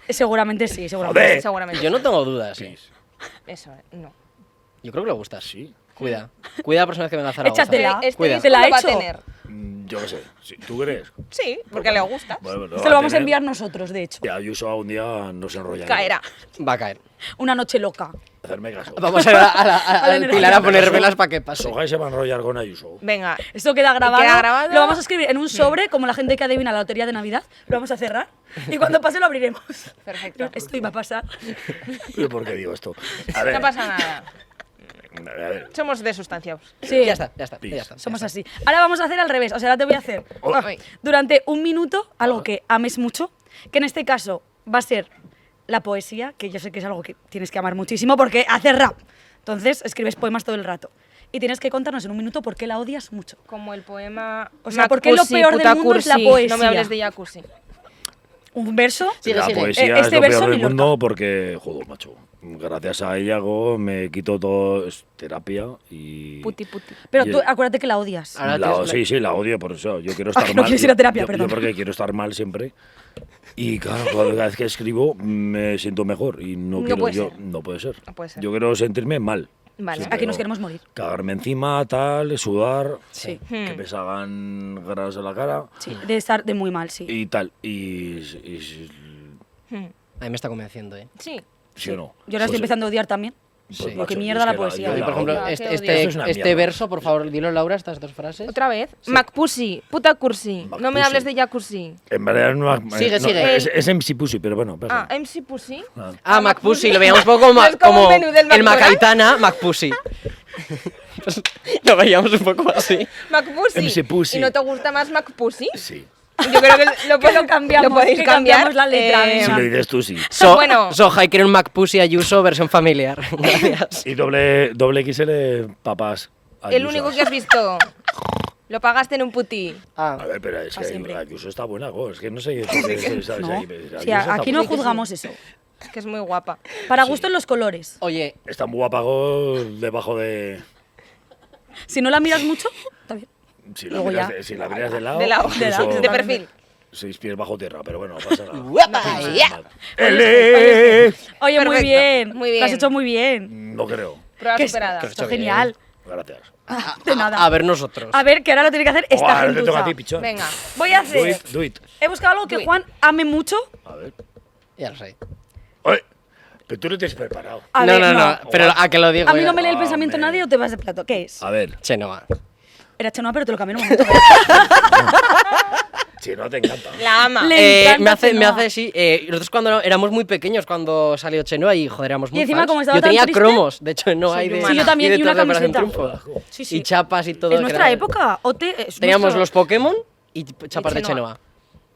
Speaker 4: Seguramente sí, seguramente.
Speaker 3: ¡Joder!
Speaker 1: Seguramente.
Speaker 2: Eh. Yo no tengo dudas. eh.
Speaker 1: Eso, no.
Speaker 2: Yo creo que le gustas.
Speaker 3: Sí.
Speaker 2: Cuida. Cuida a la persona que venga a Zaragoza.
Speaker 4: Échatela.
Speaker 1: Este
Speaker 2: Cuida.
Speaker 1: disco
Speaker 4: Te la
Speaker 1: lo
Speaker 4: he
Speaker 1: va a
Speaker 4: hecho.
Speaker 1: tener.
Speaker 3: Mm, Yo qué sé, sí, ¿tú crees?
Speaker 1: Sí, porque le gusta.
Speaker 3: Bueno,
Speaker 4: Se lo vamos a enviar nosotros, de hecho.
Speaker 3: Y Ayuso algún día no se enrolla.
Speaker 1: Caerá.
Speaker 2: Va a caer.
Speaker 4: Una noche loca.
Speaker 3: Hacerme caso.
Speaker 2: Vamos a ir a, a la- a-
Speaker 4: <laughs> A la
Speaker 2: al
Speaker 4: energía.
Speaker 2: Pilar a poner velas para que pase.
Speaker 3: Sogai se va a enrollar con Ayuso.
Speaker 1: Venga.
Speaker 4: Esto queda grabado.
Speaker 1: Queda grabado.
Speaker 4: Lo vamos a escribir en un sobre, como la gente que adivina la lotería de Navidad. Lo vamos a cerrar. Y cuando pase lo abriremos.
Speaker 1: Perfecto.
Speaker 4: <laughs> Esto iba a pasar.
Speaker 3: Pero ¿Por qué digo esto? A ver,
Speaker 1: No pasa nada.
Speaker 3: a ver,
Speaker 1: Somos de sustanciados.
Speaker 4: Sí,
Speaker 2: Ya está, ya está. Ya está.
Speaker 4: Somos así. Ahora vamos a hacer al revés. O sea, ahora te voy a hacer
Speaker 3: Oh.
Speaker 4: ah, durante un minuto algo que ames mucho, que en este caso va a ser la poesía, que yo sé que es algo que tienes que amar muchísimo porque haces rap. Entonces escribes poemas todo el rato. Y tienes que contarnos en un minuto por qué la odias mucho.
Speaker 1: Como el poema.
Speaker 4: O sea, ¿por qué lo
Speaker 1: Jacuzzi,
Speaker 4: peor del
Speaker 1: puta
Speaker 4: mundo es la
Speaker 1: cursi?
Speaker 4: poesía?
Speaker 1: No me hables de jacuzzi.
Speaker 4: Un verso.
Speaker 2: Sigue,
Speaker 3: la
Speaker 2: sigue.
Speaker 3: poesía
Speaker 4: Eh, este
Speaker 3: es lo
Speaker 4: verso
Speaker 3: peor del
Speaker 4: ni Lorca.
Speaker 3: mundo porque, joder, macho, gracias a ella go, me quito todo es terapia y...
Speaker 1: Puti, puti.
Speaker 4: Pero
Speaker 3: y
Speaker 4: tú
Speaker 3: el-
Speaker 4: acuérdate que la odias.
Speaker 2: Ahora
Speaker 3: la-
Speaker 2: tienes la-
Speaker 3: sí, sí, la odio por eso. Yo quiero
Speaker 4: Ah,
Speaker 3: estar
Speaker 4: que no
Speaker 3: mal.
Speaker 4: quieres ir a terapia,
Speaker 3: yo, yo
Speaker 4: perdón.
Speaker 3: porque quiero estar mal siempre. Y claro, cada vez que escribo me siento mejor y no,
Speaker 1: No
Speaker 3: quiero
Speaker 1: puede
Speaker 3: yo-
Speaker 1: ser.
Speaker 3: No puede ser.
Speaker 1: No puede ser.
Speaker 3: Yo quiero sentirme mal.
Speaker 1: Vale.
Speaker 3: Siempre,
Speaker 4: Aquí nos
Speaker 3: ¿no?
Speaker 4: queremos morir.
Speaker 3: Cagarme encima, tal, sudar,
Speaker 4: Sí. Hmm.
Speaker 3: que me salgan granos en la cara
Speaker 4: Sí, de estar de muy mal, sí.
Speaker 3: Mm. y tal. Y, y- sí
Speaker 2: A mí me está convenciendo, ¿eh?
Speaker 1: Sí.
Speaker 3: o no.
Speaker 4: Yo ahora estoy
Speaker 3: Pues,
Speaker 4: empezando a odiar también.
Speaker 3: pues,
Speaker 2: Sí.
Speaker 4: Porque
Speaker 3: macho,
Speaker 4: mierda
Speaker 3: es
Speaker 4: la
Speaker 3: que
Speaker 4: poesía.
Speaker 3: yo
Speaker 2: A mí,
Speaker 3: la
Speaker 2: por ejemplo,
Speaker 3: odio.
Speaker 1: qué
Speaker 2: este,
Speaker 1: odio.
Speaker 2: este,
Speaker 3: Eso es una
Speaker 2: este
Speaker 3: mierda.
Speaker 2: verso, por favor, dilo, Laura, estas dos frases.
Speaker 1: Otra vez. Macpussy, puta cursi. No me
Speaker 3: Macpussy.
Speaker 1: hables de jacuzzi.
Speaker 3: En realidad no,
Speaker 2: Sigue,
Speaker 3: no,
Speaker 2: sigue.
Speaker 3: Es, es MC Pussy, pero bueno,
Speaker 1: Ah,
Speaker 3: pasa.
Speaker 1: MC Pussy.
Speaker 3: Ah.
Speaker 2: Ah, MacPussy, lo veíamos un poco como,
Speaker 1: Es como un
Speaker 2: como
Speaker 1: menú del
Speaker 2: el
Speaker 1: McDonald's.
Speaker 2: Macaitana, MacPussy. <laughs> Pues lo veíamos un poco así.
Speaker 1: Macpussy.
Speaker 3: MC Pussy.
Speaker 1: ¿Y no te gusta más Macpussy?
Speaker 4: eh.
Speaker 3: Sí.
Speaker 1: Yo creo que
Speaker 4: <laughs>
Speaker 1: lo,
Speaker 4: lo cambiamos,
Speaker 1: lo podéis
Speaker 4: que
Speaker 1: cambiar.
Speaker 4: cambiamos la letra,
Speaker 1: Eh,
Speaker 3: Si
Speaker 4: venga.
Speaker 3: lo dices tú,
Speaker 4: <laughs>
Speaker 3: sí.
Speaker 2: So,
Speaker 1: Bueno.
Speaker 2: Soja y quiere un MacPussy Ayuso versión familiar. Gracias.
Speaker 3: Y doble, doble XL, papás.
Speaker 1: el
Speaker 3: Ayuso.
Speaker 1: único que has visto. Lo pagaste en un puti.
Speaker 3: A
Speaker 2: Ah,
Speaker 3: ver, pero es
Speaker 4: Pa'
Speaker 3: que
Speaker 4: siempre.
Speaker 3: Ayuso, está buena, go. Es que no
Speaker 4: <laughs>
Speaker 3: sé qué sabes
Speaker 4: ¿no?
Speaker 3: ahí, pero
Speaker 4: O
Speaker 3: Ayuso
Speaker 4: sea,
Speaker 3: está
Speaker 4: aquí no
Speaker 3: buena.
Speaker 4: juzgamos eso.
Speaker 1: Que es muy guapa.
Speaker 4: Para gusto en los colores.
Speaker 2: oye,
Speaker 3: Está muy guapa, go, debajo de...
Speaker 4: Si no la miras mucho, está bien.
Speaker 3: Si la,
Speaker 4: Luego
Speaker 3: miras,
Speaker 4: ya.
Speaker 3: de, si la miras de lado,
Speaker 1: De lado, de,
Speaker 3: incluso
Speaker 1: lado, de perfil.
Speaker 3: Seis pies bajo tierra, pero bueno, no
Speaker 4: <laughs>
Speaker 3: pasa nada.
Speaker 2: guapa.
Speaker 3: No,
Speaker 2: ya.
Speaker 3: ¡Ele!
Speaker 4: Oye, muy
Speaker 1: Perfecto,
Speaker 4: bien.
Speaker 1: muy
Speaker 4: Lo has
Speaker 1: bien.
Speaker 4: hecho muy bien.
Speaker 3: No creo.
Speaker 1: Prueba
Speaker 4: Que-
Speaker 1: superada.
Speaker 4: que está
Speaker 2: Está bien.
Speaker 4: genial.
Speaker 3: Gracias.
Speaker 4: De nada.
Speaker 2: A ver nosotros.
Speaker 4: A ver, que ahora lo tiene que hacer esta
Speaker 3: Ahora te toca
Speaker 4: gentuza.
Speaker 3: a ti, pichón.
Speaker 1: Venga.
Speaker 4: Voy a
Speaker 3: Do
Speaker 4: hacer.
Speaker 3: it, do it.
Speaker 4: He buscado algo
Speaker 1: Do
Speaker 4: que
Speaker 1: it.
Speaker 4: Juan ame mucho.
Speaker 3: A ver.
Speaker 2: Ya lo sé.
Speaker 3: Oye, que tú no te has preparado.
Speaker 4: A
Speaker 2: no,
Speaker 4: ver,
Speaker 2: no, no, pero a que lo digo.
Speaker 4: A mí
Speaker 2: ya.
Speaker 4: no me lee el
Speaker 3: Ah,
Speaker 4: pensamiento
Speaker 3: hombre.
Speaker 4: nadie o te vas de plato. ¿Qué es?
Speaker 3: A ver,
Speaker 2: Chenoa.
Speaker 4: Era Chenoa, pero te lo cambié en un momento.
Speaker 3: <laughs> si no te encanta.
Speaker 1: La ama.
Speaker 4: Le-
Speaker 2: Eh,
Speaker 4: encanta
Speaker 2: me hace, me
Speaker 4: Chenoa.
Speaker 2: hace, sí. eh, nosotros cuando éramos muy pequeños, cuando salió Chenoa y joder, éramos
Speaker 4: Y
Speaker 2: muy
Speaker 4: encima,
Speaker 2: fans.
Speaker 4: como estaba
Speaker 2: Yo
Speaker 4: tan
Speaker 2: tenía
Speaker 4: triste-
Speaker 2: cromos de Chenoa
Speaker 1: Sí,
Speaker 2: y de.
Speaker 1: yo Humana.
Speaker 4: también, y
Speaker 2: de
Speaker 4: una
Speaker 2: Torres Brazo en
Speaker 4: camiseta.
Speaker 2: Triunfo.
Speaker 4: Sí, sí.
Speaker 2: Y chapas y todo.
Speaker 4: Es
Speaker 2: que
Speaker 4: nuestra
Speaker 2: era-
Speaker 4: época. O te- es
Speaker 2: Teníamos
Speaker 4: nuestro-
Speaker 2: los Pokémon y chapas
Speaker 1: Y
Speaker 2: de
Speaker 1: Chenoa.
Speaker 2: Chenoa.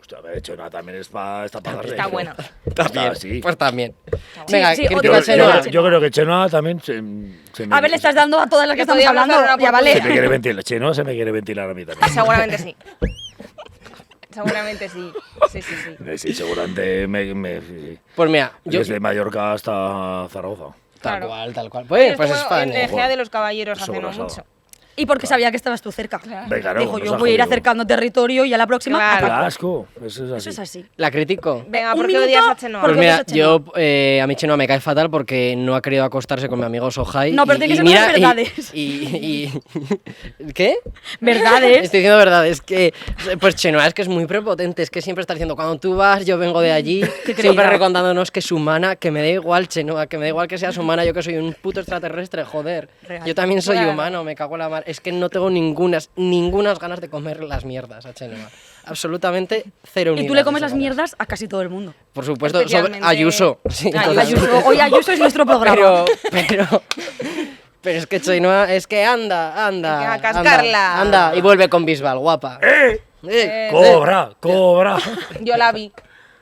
Speaker 3: Hostia, me he hecho nada, también es para esta para darle.
Speaker 1: Está buena.
Speaker 3: Está, Ah, sí.
Speaker 2: Pues también.
Speaker 4: Sí,
Speaker 2: Venga,
Speaker 4: sí,
Speaker 2: ¿qué
Speaker 4: otra
Speaker 3: Yo,
Speaker 2: tira
Speaker 4: Chenoa.
Speaker 3: yo-
Speaker 2: Chenoa?
Speaker 3: yo creo que Chenoa también se, se me...
Speaker 4: A ver, le estás dando a todas las que
Speaker 1: Le
Speaker 4: estamos
Speaker 1: podíamos
Speaker 4: hablando.
Speaker 1: dar una
Speaker 4: Ya
Speaker 3: Se me
Speaker 4: vale.
Speaker 3: quiere ventilar. Chenoa se me quiere ventilar a mí también.
Speaker 1: Seguramente sí. Seguramente sí. Sí, sí, sí.
Speaker 3: Eh, Sí, seguramente me... me- sí, sí.
Speaker 2: Pues mira, yo.
Speaker 3: Desde Mallorca hasta Zaragoza.
Speaker 2: Tal
Speaker 1: Claro.
Speaker 2: cual, tal cual. Pues, pues es
Speaker 1: Estuvo
Speaker 2: fan.
Speaker 1: en el
Speaker 2: eh.
Speaker 1: Egea de los Caballeros hace no
Speaker 3: Sobrasado.
Speaker 1: mucho.
Speaker 4: Y porque sabía que estabas tú cerca.
Speaker 3: Venga, no,
Speaker 4: Dijo,
Speaker 3: nos
Speaker 4: yo
Speaker 3: ha
Speaker 4: voy a ir
Speaker 3: jodido.
Speaker 4: acercando territorio y a la próxima.
Speaker 1: Claro.
Speaker 4: aparte.
Speaker 3: Asco. Eso es así.
Speaker 4: Eso es así.
Speaker 2: La critico.
Speaker 1: Venga,
Speaker 4: Un
Speaker 1: ¿por qué
Speaker 4: minuto,
Speaker 1: odias a Chenoa?
Speaker 4: ¿por
Speaker 2: Pues
Speaker 4: qué
Speaker 2: mira,
Speaker 4: odias a Chenoa?
Speaker 2: yo eh, a mi Chenoa me cae fatal porque no ha querido acostarse con mi amigo Sohai.
Speaker 4: No, pero
Speaker 2: y-
Speaker 4: tiene que
Speaker 2: y
Speaker 4: ser unas
Speaker 2: mira, y-
Speaker 4: verdades.
Speaker 2: Y, y- <laughs> ¿Qué? <laughs>
Speaker 4: <laughs> ¿Verdades?
Speaker 2: Estoy diciendo verdades. Que, pues Chenoa es que es muy prepotente, es que siempre está diciendo, cuando tú vas, yo vengo de
Speaker 4: <laughs>
Speaker 2: allí, siempre
Speaker 4: creída.
Speaker 2: recordándonos que es humana, que me da igual Chenoa, que me da igual que seas humana, yo que soy un puto extraterrestre, joder.
Speaker 4: Real.
Speaker 2: Yo también soy
Speaker 1: Claro.
Speaker 2: humano, me cago en la mar. es que no tengo ningunas, ningunas ganas de comer las mierdas a Chenoa. Absolutamente cero
Speaker 4: Y tú
Speaker 2: unidades
Speaker 4: le comes
Speaker 2: de
Speaker 4: las
Speaker 2: ganas.
Speaker 4: mierdas a casi todo el mundo.
Speaker 2: Por supuesto, sobre-
Speaker 1: Especialmente-
Speaker 2: Ayuso. Sí,
Speaker 1: Ayuso.
Speaker 2: totalmente. <laughs>
Speaker 4: Ayuso, hoy Ayuso es nuestro programa.
Speaker 2: Pero, pero, pero es que Chenoa, es que anda, anda.
Speaker 1: Hay que cascarla.
Speaker 2: Anda, anda, y vuelve con Bisbal, guapa.
Speaker 3: ¡Eh!
Speaker 2: Eh,
Speaker 3: ¡Cobra! ¡Cobra!
Speaker 1: Yo la vi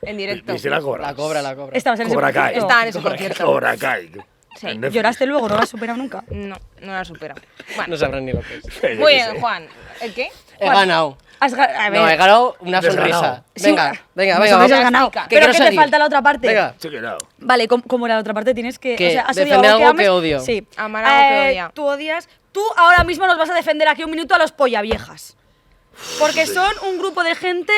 Speaker 1: en directo.
Speaker 3: ¿Viste la cobra?
Speaker 2: La cobra, la cobra.
Speaker 4: Estabas en ese
Speaker 3: Cobra Kai.
Speaker 4: concierto.
Speaker 1: Estaba en ese
Speaker 3: Cobra Kai,
Speaker 1: concierto.
Speaker 3: Cobra Kai.
Speaker 1: Sí.
Speaker 3: En Netflix.
Speaker 4: Lloraste luego, no lo has superado nunca.
Speaker 1: No, no la supero. Bueno,
Speaker 2: No sabrán ni lo que es.
Speaker 3: <laughs> Yo
Speaker 1: muy
Speaker 3: qué
Speaker 1: bien,
Speaker 3: sé.
Speaker 1: Juan. ¿El qué?
Speaker 2: He ganado.
Speaker 4: Has ga- a ver,
Speaker 2: No, he ganado una
Speaker 3: Desganado.
Speaker 2: sonrisa.
Speaker 4: Sí,
Speaker 2: Venga,
Speaker 4: una-
Speaker 2: venga,
Speaker 4: una
Speaker 2: venga.
Speaker 4: sonrisa
Speaker 2: vamos.
Speaker 4: has ganado.
Speaker 2: Que
Speaker 4: Pero
Speaker 2: quiero
Speaker 4: ¿qué te
Speaker 2: salir.
Speaker 4: falta la otra parte?
Speaker 2: Venga.
Speaker 3: Estoy quedado.
Speaker 4: Vale, com- como la otra parte tienes que.
Speaker 2: Que
Speaker 4: o sea, has
Speaker 2: defender
Speaker 4: odiado
Speaker 2: algo que
Speaker 4: ames.
Speaker 2: odio.
Speaker 4: Sí. Eh,
Speaker 1: Amar algo que odia.
Speaker 4: Tú odias. Tú ahora mismo nos vas a defender aquí un minuto a los polla viejas. Porque son un grupo de gente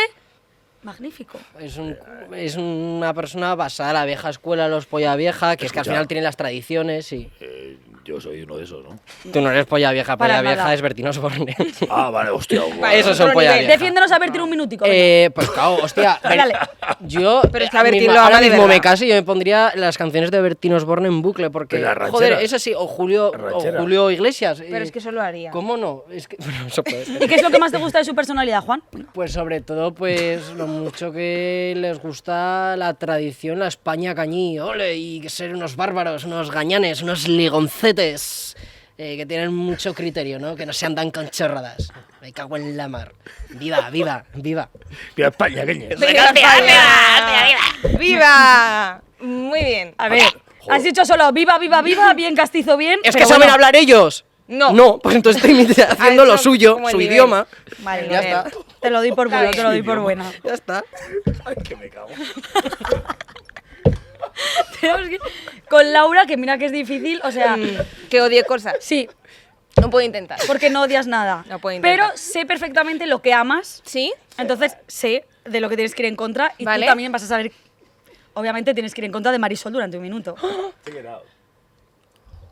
Speaker 4: magnífico.
Speaker 2: Es, un- es una persona basada en la vieja escuela, los polla vieja, que es que al
Speaker 3: Escucha.
Speaker 2: final tienen las tradiciones y...
Speaker 3: Eh, yo soy uno de esos, ¿no?
Speaker 2: Tú no eres polla vieja,
Speaker 4: Para
Speaker 2: polla
Speaker 4: nada.
Speaker 2: vieja es Bertino Osborne.
Speaker 3: Ah,
Speaker 1: <laughs>
Speaker 3: vale, hostia. guau.
Speaker 2: Esos son
Speaker 1: Otro
Speaker 2: polla
Speaker 1: nivel.
Speaker 2: vieja.
Speaker 4: Defiéndonos a Bertil un minutico. venga.
Speaker 2: Eh, pues claro,
Speaker 1: <laughs>
Speaker 2: hostia. Ber-
Speaker 4: Dale.
Speaker 2: Yo
Speaker 1: Pero es que
Speaker 2: eh,
Speaker 1: a Bertín
Speaker 2: misma-
Speaker 1: lo ama
Speaker 2: ahora
Speaker 1: de
Speaker 2: mismo me
Speaker 1: verdad.
Speaker 2: caso y yo me pondría las canciones de Bertino Osborne en bucle porque
Speaker 3: Pero las
Speaker 2: joder,
Speaker 3: rancheras.
Speaker 2: eso sí, o Julio
Speaker 3: Las
Speaker 2: o
Speaker 3: rancheras.
Speaker 2: Julio Iglesias.
Speaker 1: Pero
Speaker 2: eh,
Speaker 1: es que eso lo haría. <laughs>
Speaker 2: ¿Cómo no? Es que <laughs> bueno, eso puede ser.
Speaker 4: ¿Y qué es lo que más te gusta de su personalidad, Juan?
Speaker 2: Pues sobre todo, pues lo mucho que les gusta la tradición, la España cañí, ole, y ser unos bárbaros, unos gañanes, unos ligoncetes, eh, que tienen mucho criterio, ¿no? Que no se andan con chorradas. Me cago en la mar. Viva, viva, viva.
Speaker 3: Viva España, queña.
Speaker 1: ¡Viva España! ¡Viva! ¡Viva! Muy bien.
Speaker 4: A ver,
Speaker 3: joder.
Speaker 4: has dicho solo viva, viva, viva, bien castizo, bien.
Speaker 2: Es que
Speaker 4: pero
Speaker 2: saben
Speaker 4: bueno,
Speaker 2: hablar ellos.
Speaker 1: No.
Speaker 2: No, pues entonces <laughs> estoy haciendo lo
Speaker 1: hecho
Speaker 2: suyo,
Speaker 1: como el
Speaker 2: su
Speaker 1: nivel.
Speaker 2: idioma.
Speaker 4: Vale,
Speaker 2: ya
Speaker 1: nivel.
Speaker 2: está.
Speaker 4: Te lo doy por
Speaker 1: Está
Speaker 4: bueno, te
Speaker 1: bien.
Speaker 4: lo doy por buena. <laughs>
Speaker 2: Ya está.
Speaker 3: Ay, que me cago.
Speaker 4: Tenemos que- Con Laura, que mira que es difícil, o sea,
Speaker 1: Mm, Que odie cosas.
Speaker 4: sí,
Speaker 1: No puedo intentar.
Speaker 4: porque no odias nada.
Speaker 1: No puedo
Speaker 4: pero
Speaker 1: intentar.
Speaker 4: sé perfectamente lo que amas,
Speaker 1: ¿Sí?
Speaker 4: entonces sé de lo que tienes que ir en contra y
Speaker 1: Eh, Vale.
Speaker 4: tú también vas a saber. Obviamente tienes que ir en contra de Marisol durante un minuto.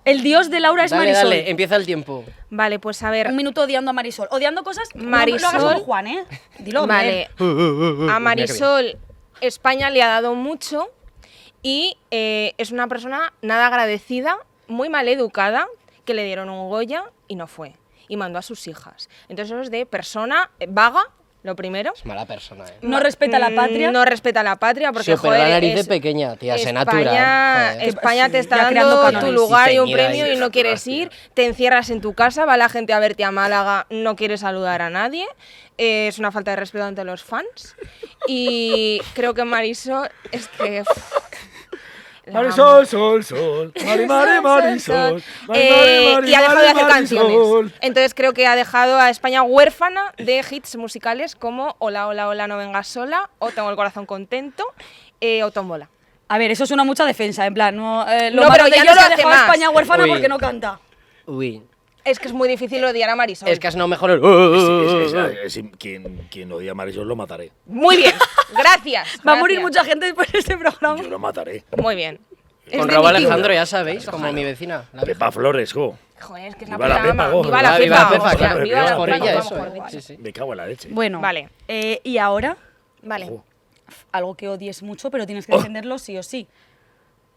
Speaker 4: El dios de Laura es
Speaker 2: Dale,
Speaker 4: Marisol.
Speaker 2: dale, empieza el tiempo.
Speaker 1: Vale, pues a ver.
Speaker 4: Un minuto odiando a Marisol. Odiando cosas. no- No, lo hagas
Speaker 1: Marisol.
Speaker 4: como Juan, ¿eh? Dilo.
Speaker 1: Vale.
Speaker 4: bien.
Speaker 2: Uh,
Speaker 1: A
Speaker 2: Mira qué bien.
Speaker 1: Marisol, España le ha dado mucho y eh, es una persona nada agradecida, muy mal educada, que le dieron un Goya y no fue. Y mandó a sus hijas. Entonces eso es de persona eh, vaga, lo primero.
Speaker 2: Es mala persona, ¿eh?
Speaker 4: No respeta la patria.
Speaker 1: Mm, No respeta la patria porque
Speaker 2: Se operó la
Speaker 1: joder,
Speaker 2: nariz de
Speaker 1: es-
Speaker 2: pequeña, tía, se
Speaker 1: España,
Speaker 2: natura, ¿eh? joder.
Speaker 1: España te está
Speaker 4: Ya creando
Speaker 1: dando tu
Speaker 4: cánones.
Speaker 1: lugar y un
Speaker 2: Sí,
Speaker 1: premio y
Speaker 2: señora,
Speaker 1: no quieres ir, te encierras en tu casa, va la gente a verte a Málaga, no quieres saludar a nadie, eh, es una falta de respeto ante los fans y creo que Marisol es que... uf, la amo.
Speaker 3: Marisol, sol, sol. Mari, mari,
Speaker 1: Sol,
Speaker 3: marisol. Mari,
Speaker 1: eh,
Speaker 3: mari, mari,
Speaker 1: y ha dejado de
Speaker 3: mari,
Speaker 1: hacer
Speaker 3: marisol.
Speaker 1: canciones. Entonces creo que ha dejado a España huérfana de hits musicales como Hola, hola, hola, no vengas sola, o Tengo el corazón contento, eh, o Tómbola.
Speaker 4: A ver, eso es una mucha defensa, en plan, no, eh, lo
Speaker 1: No,
Speaker 4: malo
Speaker 1: pero
Speaker 4: de
Speaker 1: ya
Speaker 4: ellos
Speaker 1: no
Speaker 4: es
Speaker 1: lo
Speaker 4: que
Speaker 1: hace
Speaker 4: dejaba a
Speaker 1: más.
Speaker 4: España huérfana
Speaker 2: Uy.
Speaker 4: porque no canta.
Speaker 2: Uy.
Speaker 1: Es que es muy difícil odiar a Marisol.
Speaker 2: Es que has no mejor el...
Speaker 3: Es- es- es- es- ah, Quien quien odie a Marisol lo mataré.
Speaker 1: Muy bien, gracias.
Speaker 4: <laughs> Va a morir
Speaker 1: gracias.
Speaker 4: mucha gente después de este programa.
Speaker 3: Yo lo mataré.
Speaker 1: Muy bien. Es
Speaker 2: Con
Speaker 1: de
Speaker 2: Raúl
Speaker 1: mi tío.
Speaker 2: Alejandro, ya sabéis, como mi vecina. la vieja.
Speaker 3: Pepa Flores, jo.
Speaker 1: Joder, es que es la
Speaker 3: Viva la
Speaker 1: puta
Speaker 3: Pepa,
Speaker 1: ama.
Speaker 3: go.
Speaker 1: Viva la
Speaker 2: Ah, viva
Speaker 1: Pepa.
Speaker 2: Pepa,
Speaker 1: o sea,
Speaker 2: claro,
Speaker 1: viva
Speaker 2: vivas
Speaker 1: la
Speaker 2: por
Speaker 1: Pepa,
Speaker 2: ella,
Speaker 1: vamos,
Speaker 2: eso,
Speaker 1: joder.
Speaker 2: eh. Sí, sí.
Speaker 3: Me cago en la leche.
Speaker 4: Bueno,
Speaker 1: Vale.
Speaker 4: eh, y ahora,
Speaker 1: Vale.
Speaker 4: algo que odies mucho, pero tienes que defenderlo sí o sí.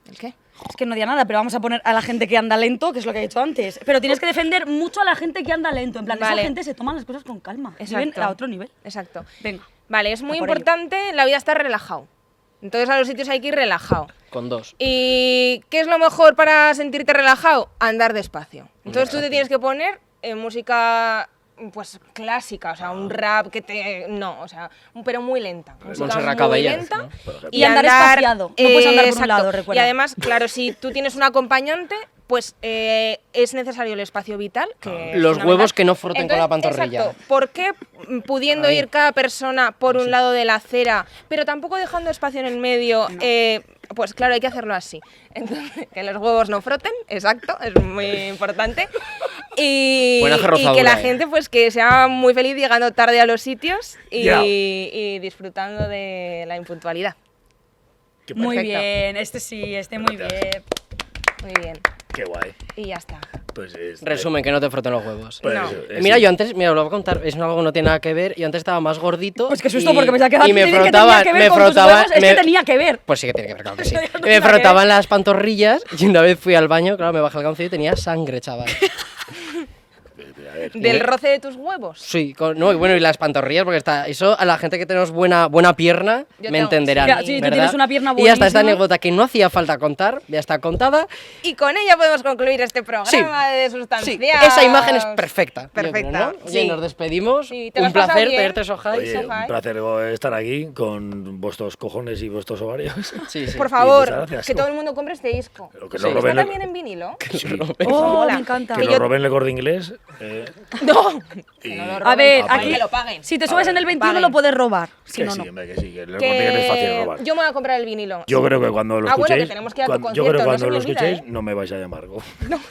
Speaker 1: ¿El qué?
Speaker 4: Es que no odia nada, pero vamos a poner a la gente que anda lento, que es lo que he dicho antes. Pero tienes que defender mucho a la gente que anda lento. En plan,
Speaker 1: Vale.
Speaker 4: esa gente se toma las cosas con calma. Viven
Speaker 1: Exacto.
Speaker 4: a otro nivel.
Speaker 1: Exacto.
Speaker 4: Venga.
Speaker 1: Vale, es muy
Speaker 4: A por ello.
Speaker 1: importante en la vida estar relajado. Entonces a los sitios hay que ir relajado.
Speaker 2: Con dos.
Speaker 1: ¿Y qué es lo mejor para sentirte relajado? Andar despacio. Entonces tú te tienes que poner en música pues clásica, o sea,
Speaker 4: Ah.
Speaker 1: un rap que te no, o sea, pero muy lenta, música
Speaker 2: Montserrat
Speaker 1: muy
Speaker 2: Caballé,
Speaker 1: lenta
Speaker 2: ¿no?
Speaker 4: Y andar espaciado, no puedes andar por un lado,
Speaker 1: Y
Speaker 4: recuerda.
Speaker 1: además, claro, si tú tienes un acompañante, pues eh, es necesario el espacio vital que es
Speaker 2: Los
Speaker 1: fundamental.
Speaker 2: huevos que no froten con la pantorrilla.
Speaker 1: exacto, ¿Por qué mm, pudiendo ir cada persona por un lado de la acera, pero tampoco dejando espacio en el medio? eh, pues claro, hay que hacerlo así. <laughs> Entonces, que los huevos no froten, exacto, es muy importante. Y,
Speaker 2: Buena
Speaker 1: y que la
Speaker 2: rozadura, eh.
Speaker 1: gente pues que sea muy feliz llegando tarde a los sitios y,
Speaker 3: Ya.
Speaker 1: y disfrutando de la impuntualidad.
Speaker 3: Qué
Speaker 4: Muy
Speaker 1: perfecto.
Speaker 4: bien, este sí, este muy
Speaker 3: Gracias.
Speaker 4: bien.
Speaker 1: Muy bien.
Speaker 3: Qué guay.
Speaker 1: Y ya está.
Speaker 3: Pues es.
Speaker 2: Resumen, que no te froten los huevos.
Speaker 3: pues
Speaker 1: No.
Speaker 3: eso, es-
Speaker 2: Mira, yo antes, mira, os lo voy a contar, es algo que no tiene nada que ver. Yo antes estaba más gordito.
Speaker 4: Pues qué susto,
Speaker 2: y-
Speaker 4: porque pensaba que
Speaker 2: y me
Speaker 4: que tenía
Speaker 2: frotaban,
Speaker 4: que ver
Speaker 2: me
Speaker 4: con tus
Speaker 2: frotaban-
Speaker 4: huevos, es
Speaker 2: me-
Speaker 4: que tenía que ver.
Speaker 2: Pues sí que tiene que ver, claro que
Speaker 4: <laughs>
Speaker 2: sí.
Speaker 4: No tiene
Speaker 2: me
Speaker 4: nada que
Speaker 2: frotaban las
Speaker 4: <laughs>
Speaker 2: pantorrillas y una vez fui al baño, claro, me bajé el calzoncillo y tenía sangre, chaval.
Speaker 3: Mira, ver.
Speaker 1: del roce de tus huevos.
Speaker 2: Sí, con- no, y bueno, y las pantorrillas, porque está, eso a la gente que tenemos buena, buena pierna
Speaker 1: Yo
Speaker 2: me
Speaker 1: tengo-
Speaker 2: entenderán.
Speaker 1: Ya, sí,
Speaker 4: tú
Speaker 2: ¿verdad?
Speaker 4: tienes una pierna
Speaker 2: Y ya está, esta
Speaker 4: buenísima.
Speaker 2: anécdota que no hacía falta contar, ya está contada.
Speaker 1: Y con ella podemos concluir este programa de
Speaker 2: Sí,
Speaker 1: sustancias.
Speaker 2: esa imagen es perfecta. yo creo,
Speaker 1: Perfecta.
Speaker 2: ¿no? Oye,
Speaker 1: sí.
Speaker 2: nos despedimos.
Speaker 1: Sí, ¿te lo
Speaker 2: Un
Speaker 1: has pasado
Speaker 2: placer
Speaker 1: bien?
Speaker 2: tenerte, Sohai.
Speaker 3: Oye,
Speaker 1: Sohai.
Speaker 3: un placer estar aquí con vuestros cojones y vuestros ovarios. <laughs>
Speaker 2: Sí, sí.
Speaker 1: Por
Speaker 3: Sí, pues
Speaker 1: favor,
Speaker 3: muchas gracias.
Speaker 1: que
Speaker 3: <laughs>
Speaker 1: todo el mundo compre este disco.
Speaker 3: Lo que
Speaker 2: Sí.
Speaker 3: no
Speaker 1: ¿Está
Speaker 3: roben
Speaker 1: también
Speaker 3: el,
Speaker 1: en vinilo?
Speaker 3: sí,
Speaker 4: Oh,
Speaker 1: Mola.
Speaker 4: me encanta.
Speaker 3: que
Speaker 1: yo-
Speaker 3: no roben el corte inglés. eh,
Speaker 1: <laughs> No.
Speaker 3: y-
Speaker 4: A ver,
Speaker 3: Ah, vale.
Speaker 4: aquí.
Speaker 1: Que lo paguen.
Speaker 4: Si te subes en el 21
Speaker 1: Paguen.
Speaker 4: lo puedes robar. Si
Speaker 3: que
Speaker 4: no,
Speaker 3: sí,
Speaker 4: no.
Speaker 3: hombre, que sí, que el corte inglés es fácil de
Speaker 1: que
Speaker 3: robar.
Speaker 1: yo me voy a comprar el vinilo.
Speaker 3: Yo creo que cuando lo
Speaker 1: Ah, bueno, que
Speaker 3: escuchéis,
Speaker 1: tenemos que ir a tu
Speaker 3: cuan- yo
Speaker 1: concierto,
Speaker 3: creo que
Speaker 1: no
Speaker 3: cuando
Speaker 1: se me
Speaker 3: lo
Speaker 1: olvida,
Speaker 3: escuchéis
Speaker 1: ¿eh?
Speaker 3: no me vais a llamar. go. <laughs>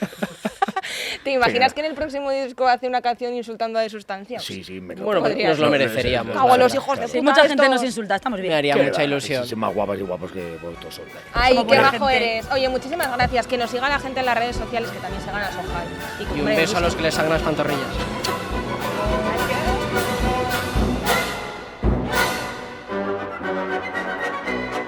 Speaker 1: ¿Te imaginas
Speaker 3: Sí.
Speaker 1: que en el próximo disco hace una canción insultando a de sustancias?
Speaker 3: Sí, sí, me
Speaker 2: Bueno, pues
Speaker 1: Podría
Speaker 2: nos lo
Speaker 1: ser.
Speaker 2: mereceríamos.
Speaker 1: Cago en los
Speaker 3: Claro,
Speaker 1: hijos
Speaker 4: Pues
Speaker 1: de
Speaker 3: claro.
Speaker 1: puta.
Speaker 4: Mucha gente
Speaker 1: estos.
Speaker 4: nos insulta, estamos
Speaker 2: Me
Speaker 4: bien.
Speaker 2: haría
Speaker 3: Qué
Speaker 2: mucha
Speaker 3: va,
Speaker 2: ilusión.
Speaker 3: Son más guapas y guapos que vosotros sois.
Speaker 1: Ay, qué
Speaker 4: buena
Speaker 1: bajo
Speaker 4: gente.
Speaker 1: eres. Oye, muchísimas gracias. Que nos siga la gente en las redes sociales que también se gana su hype.
Speaker 2: Y un beso a los que les hagan las pantorrillas.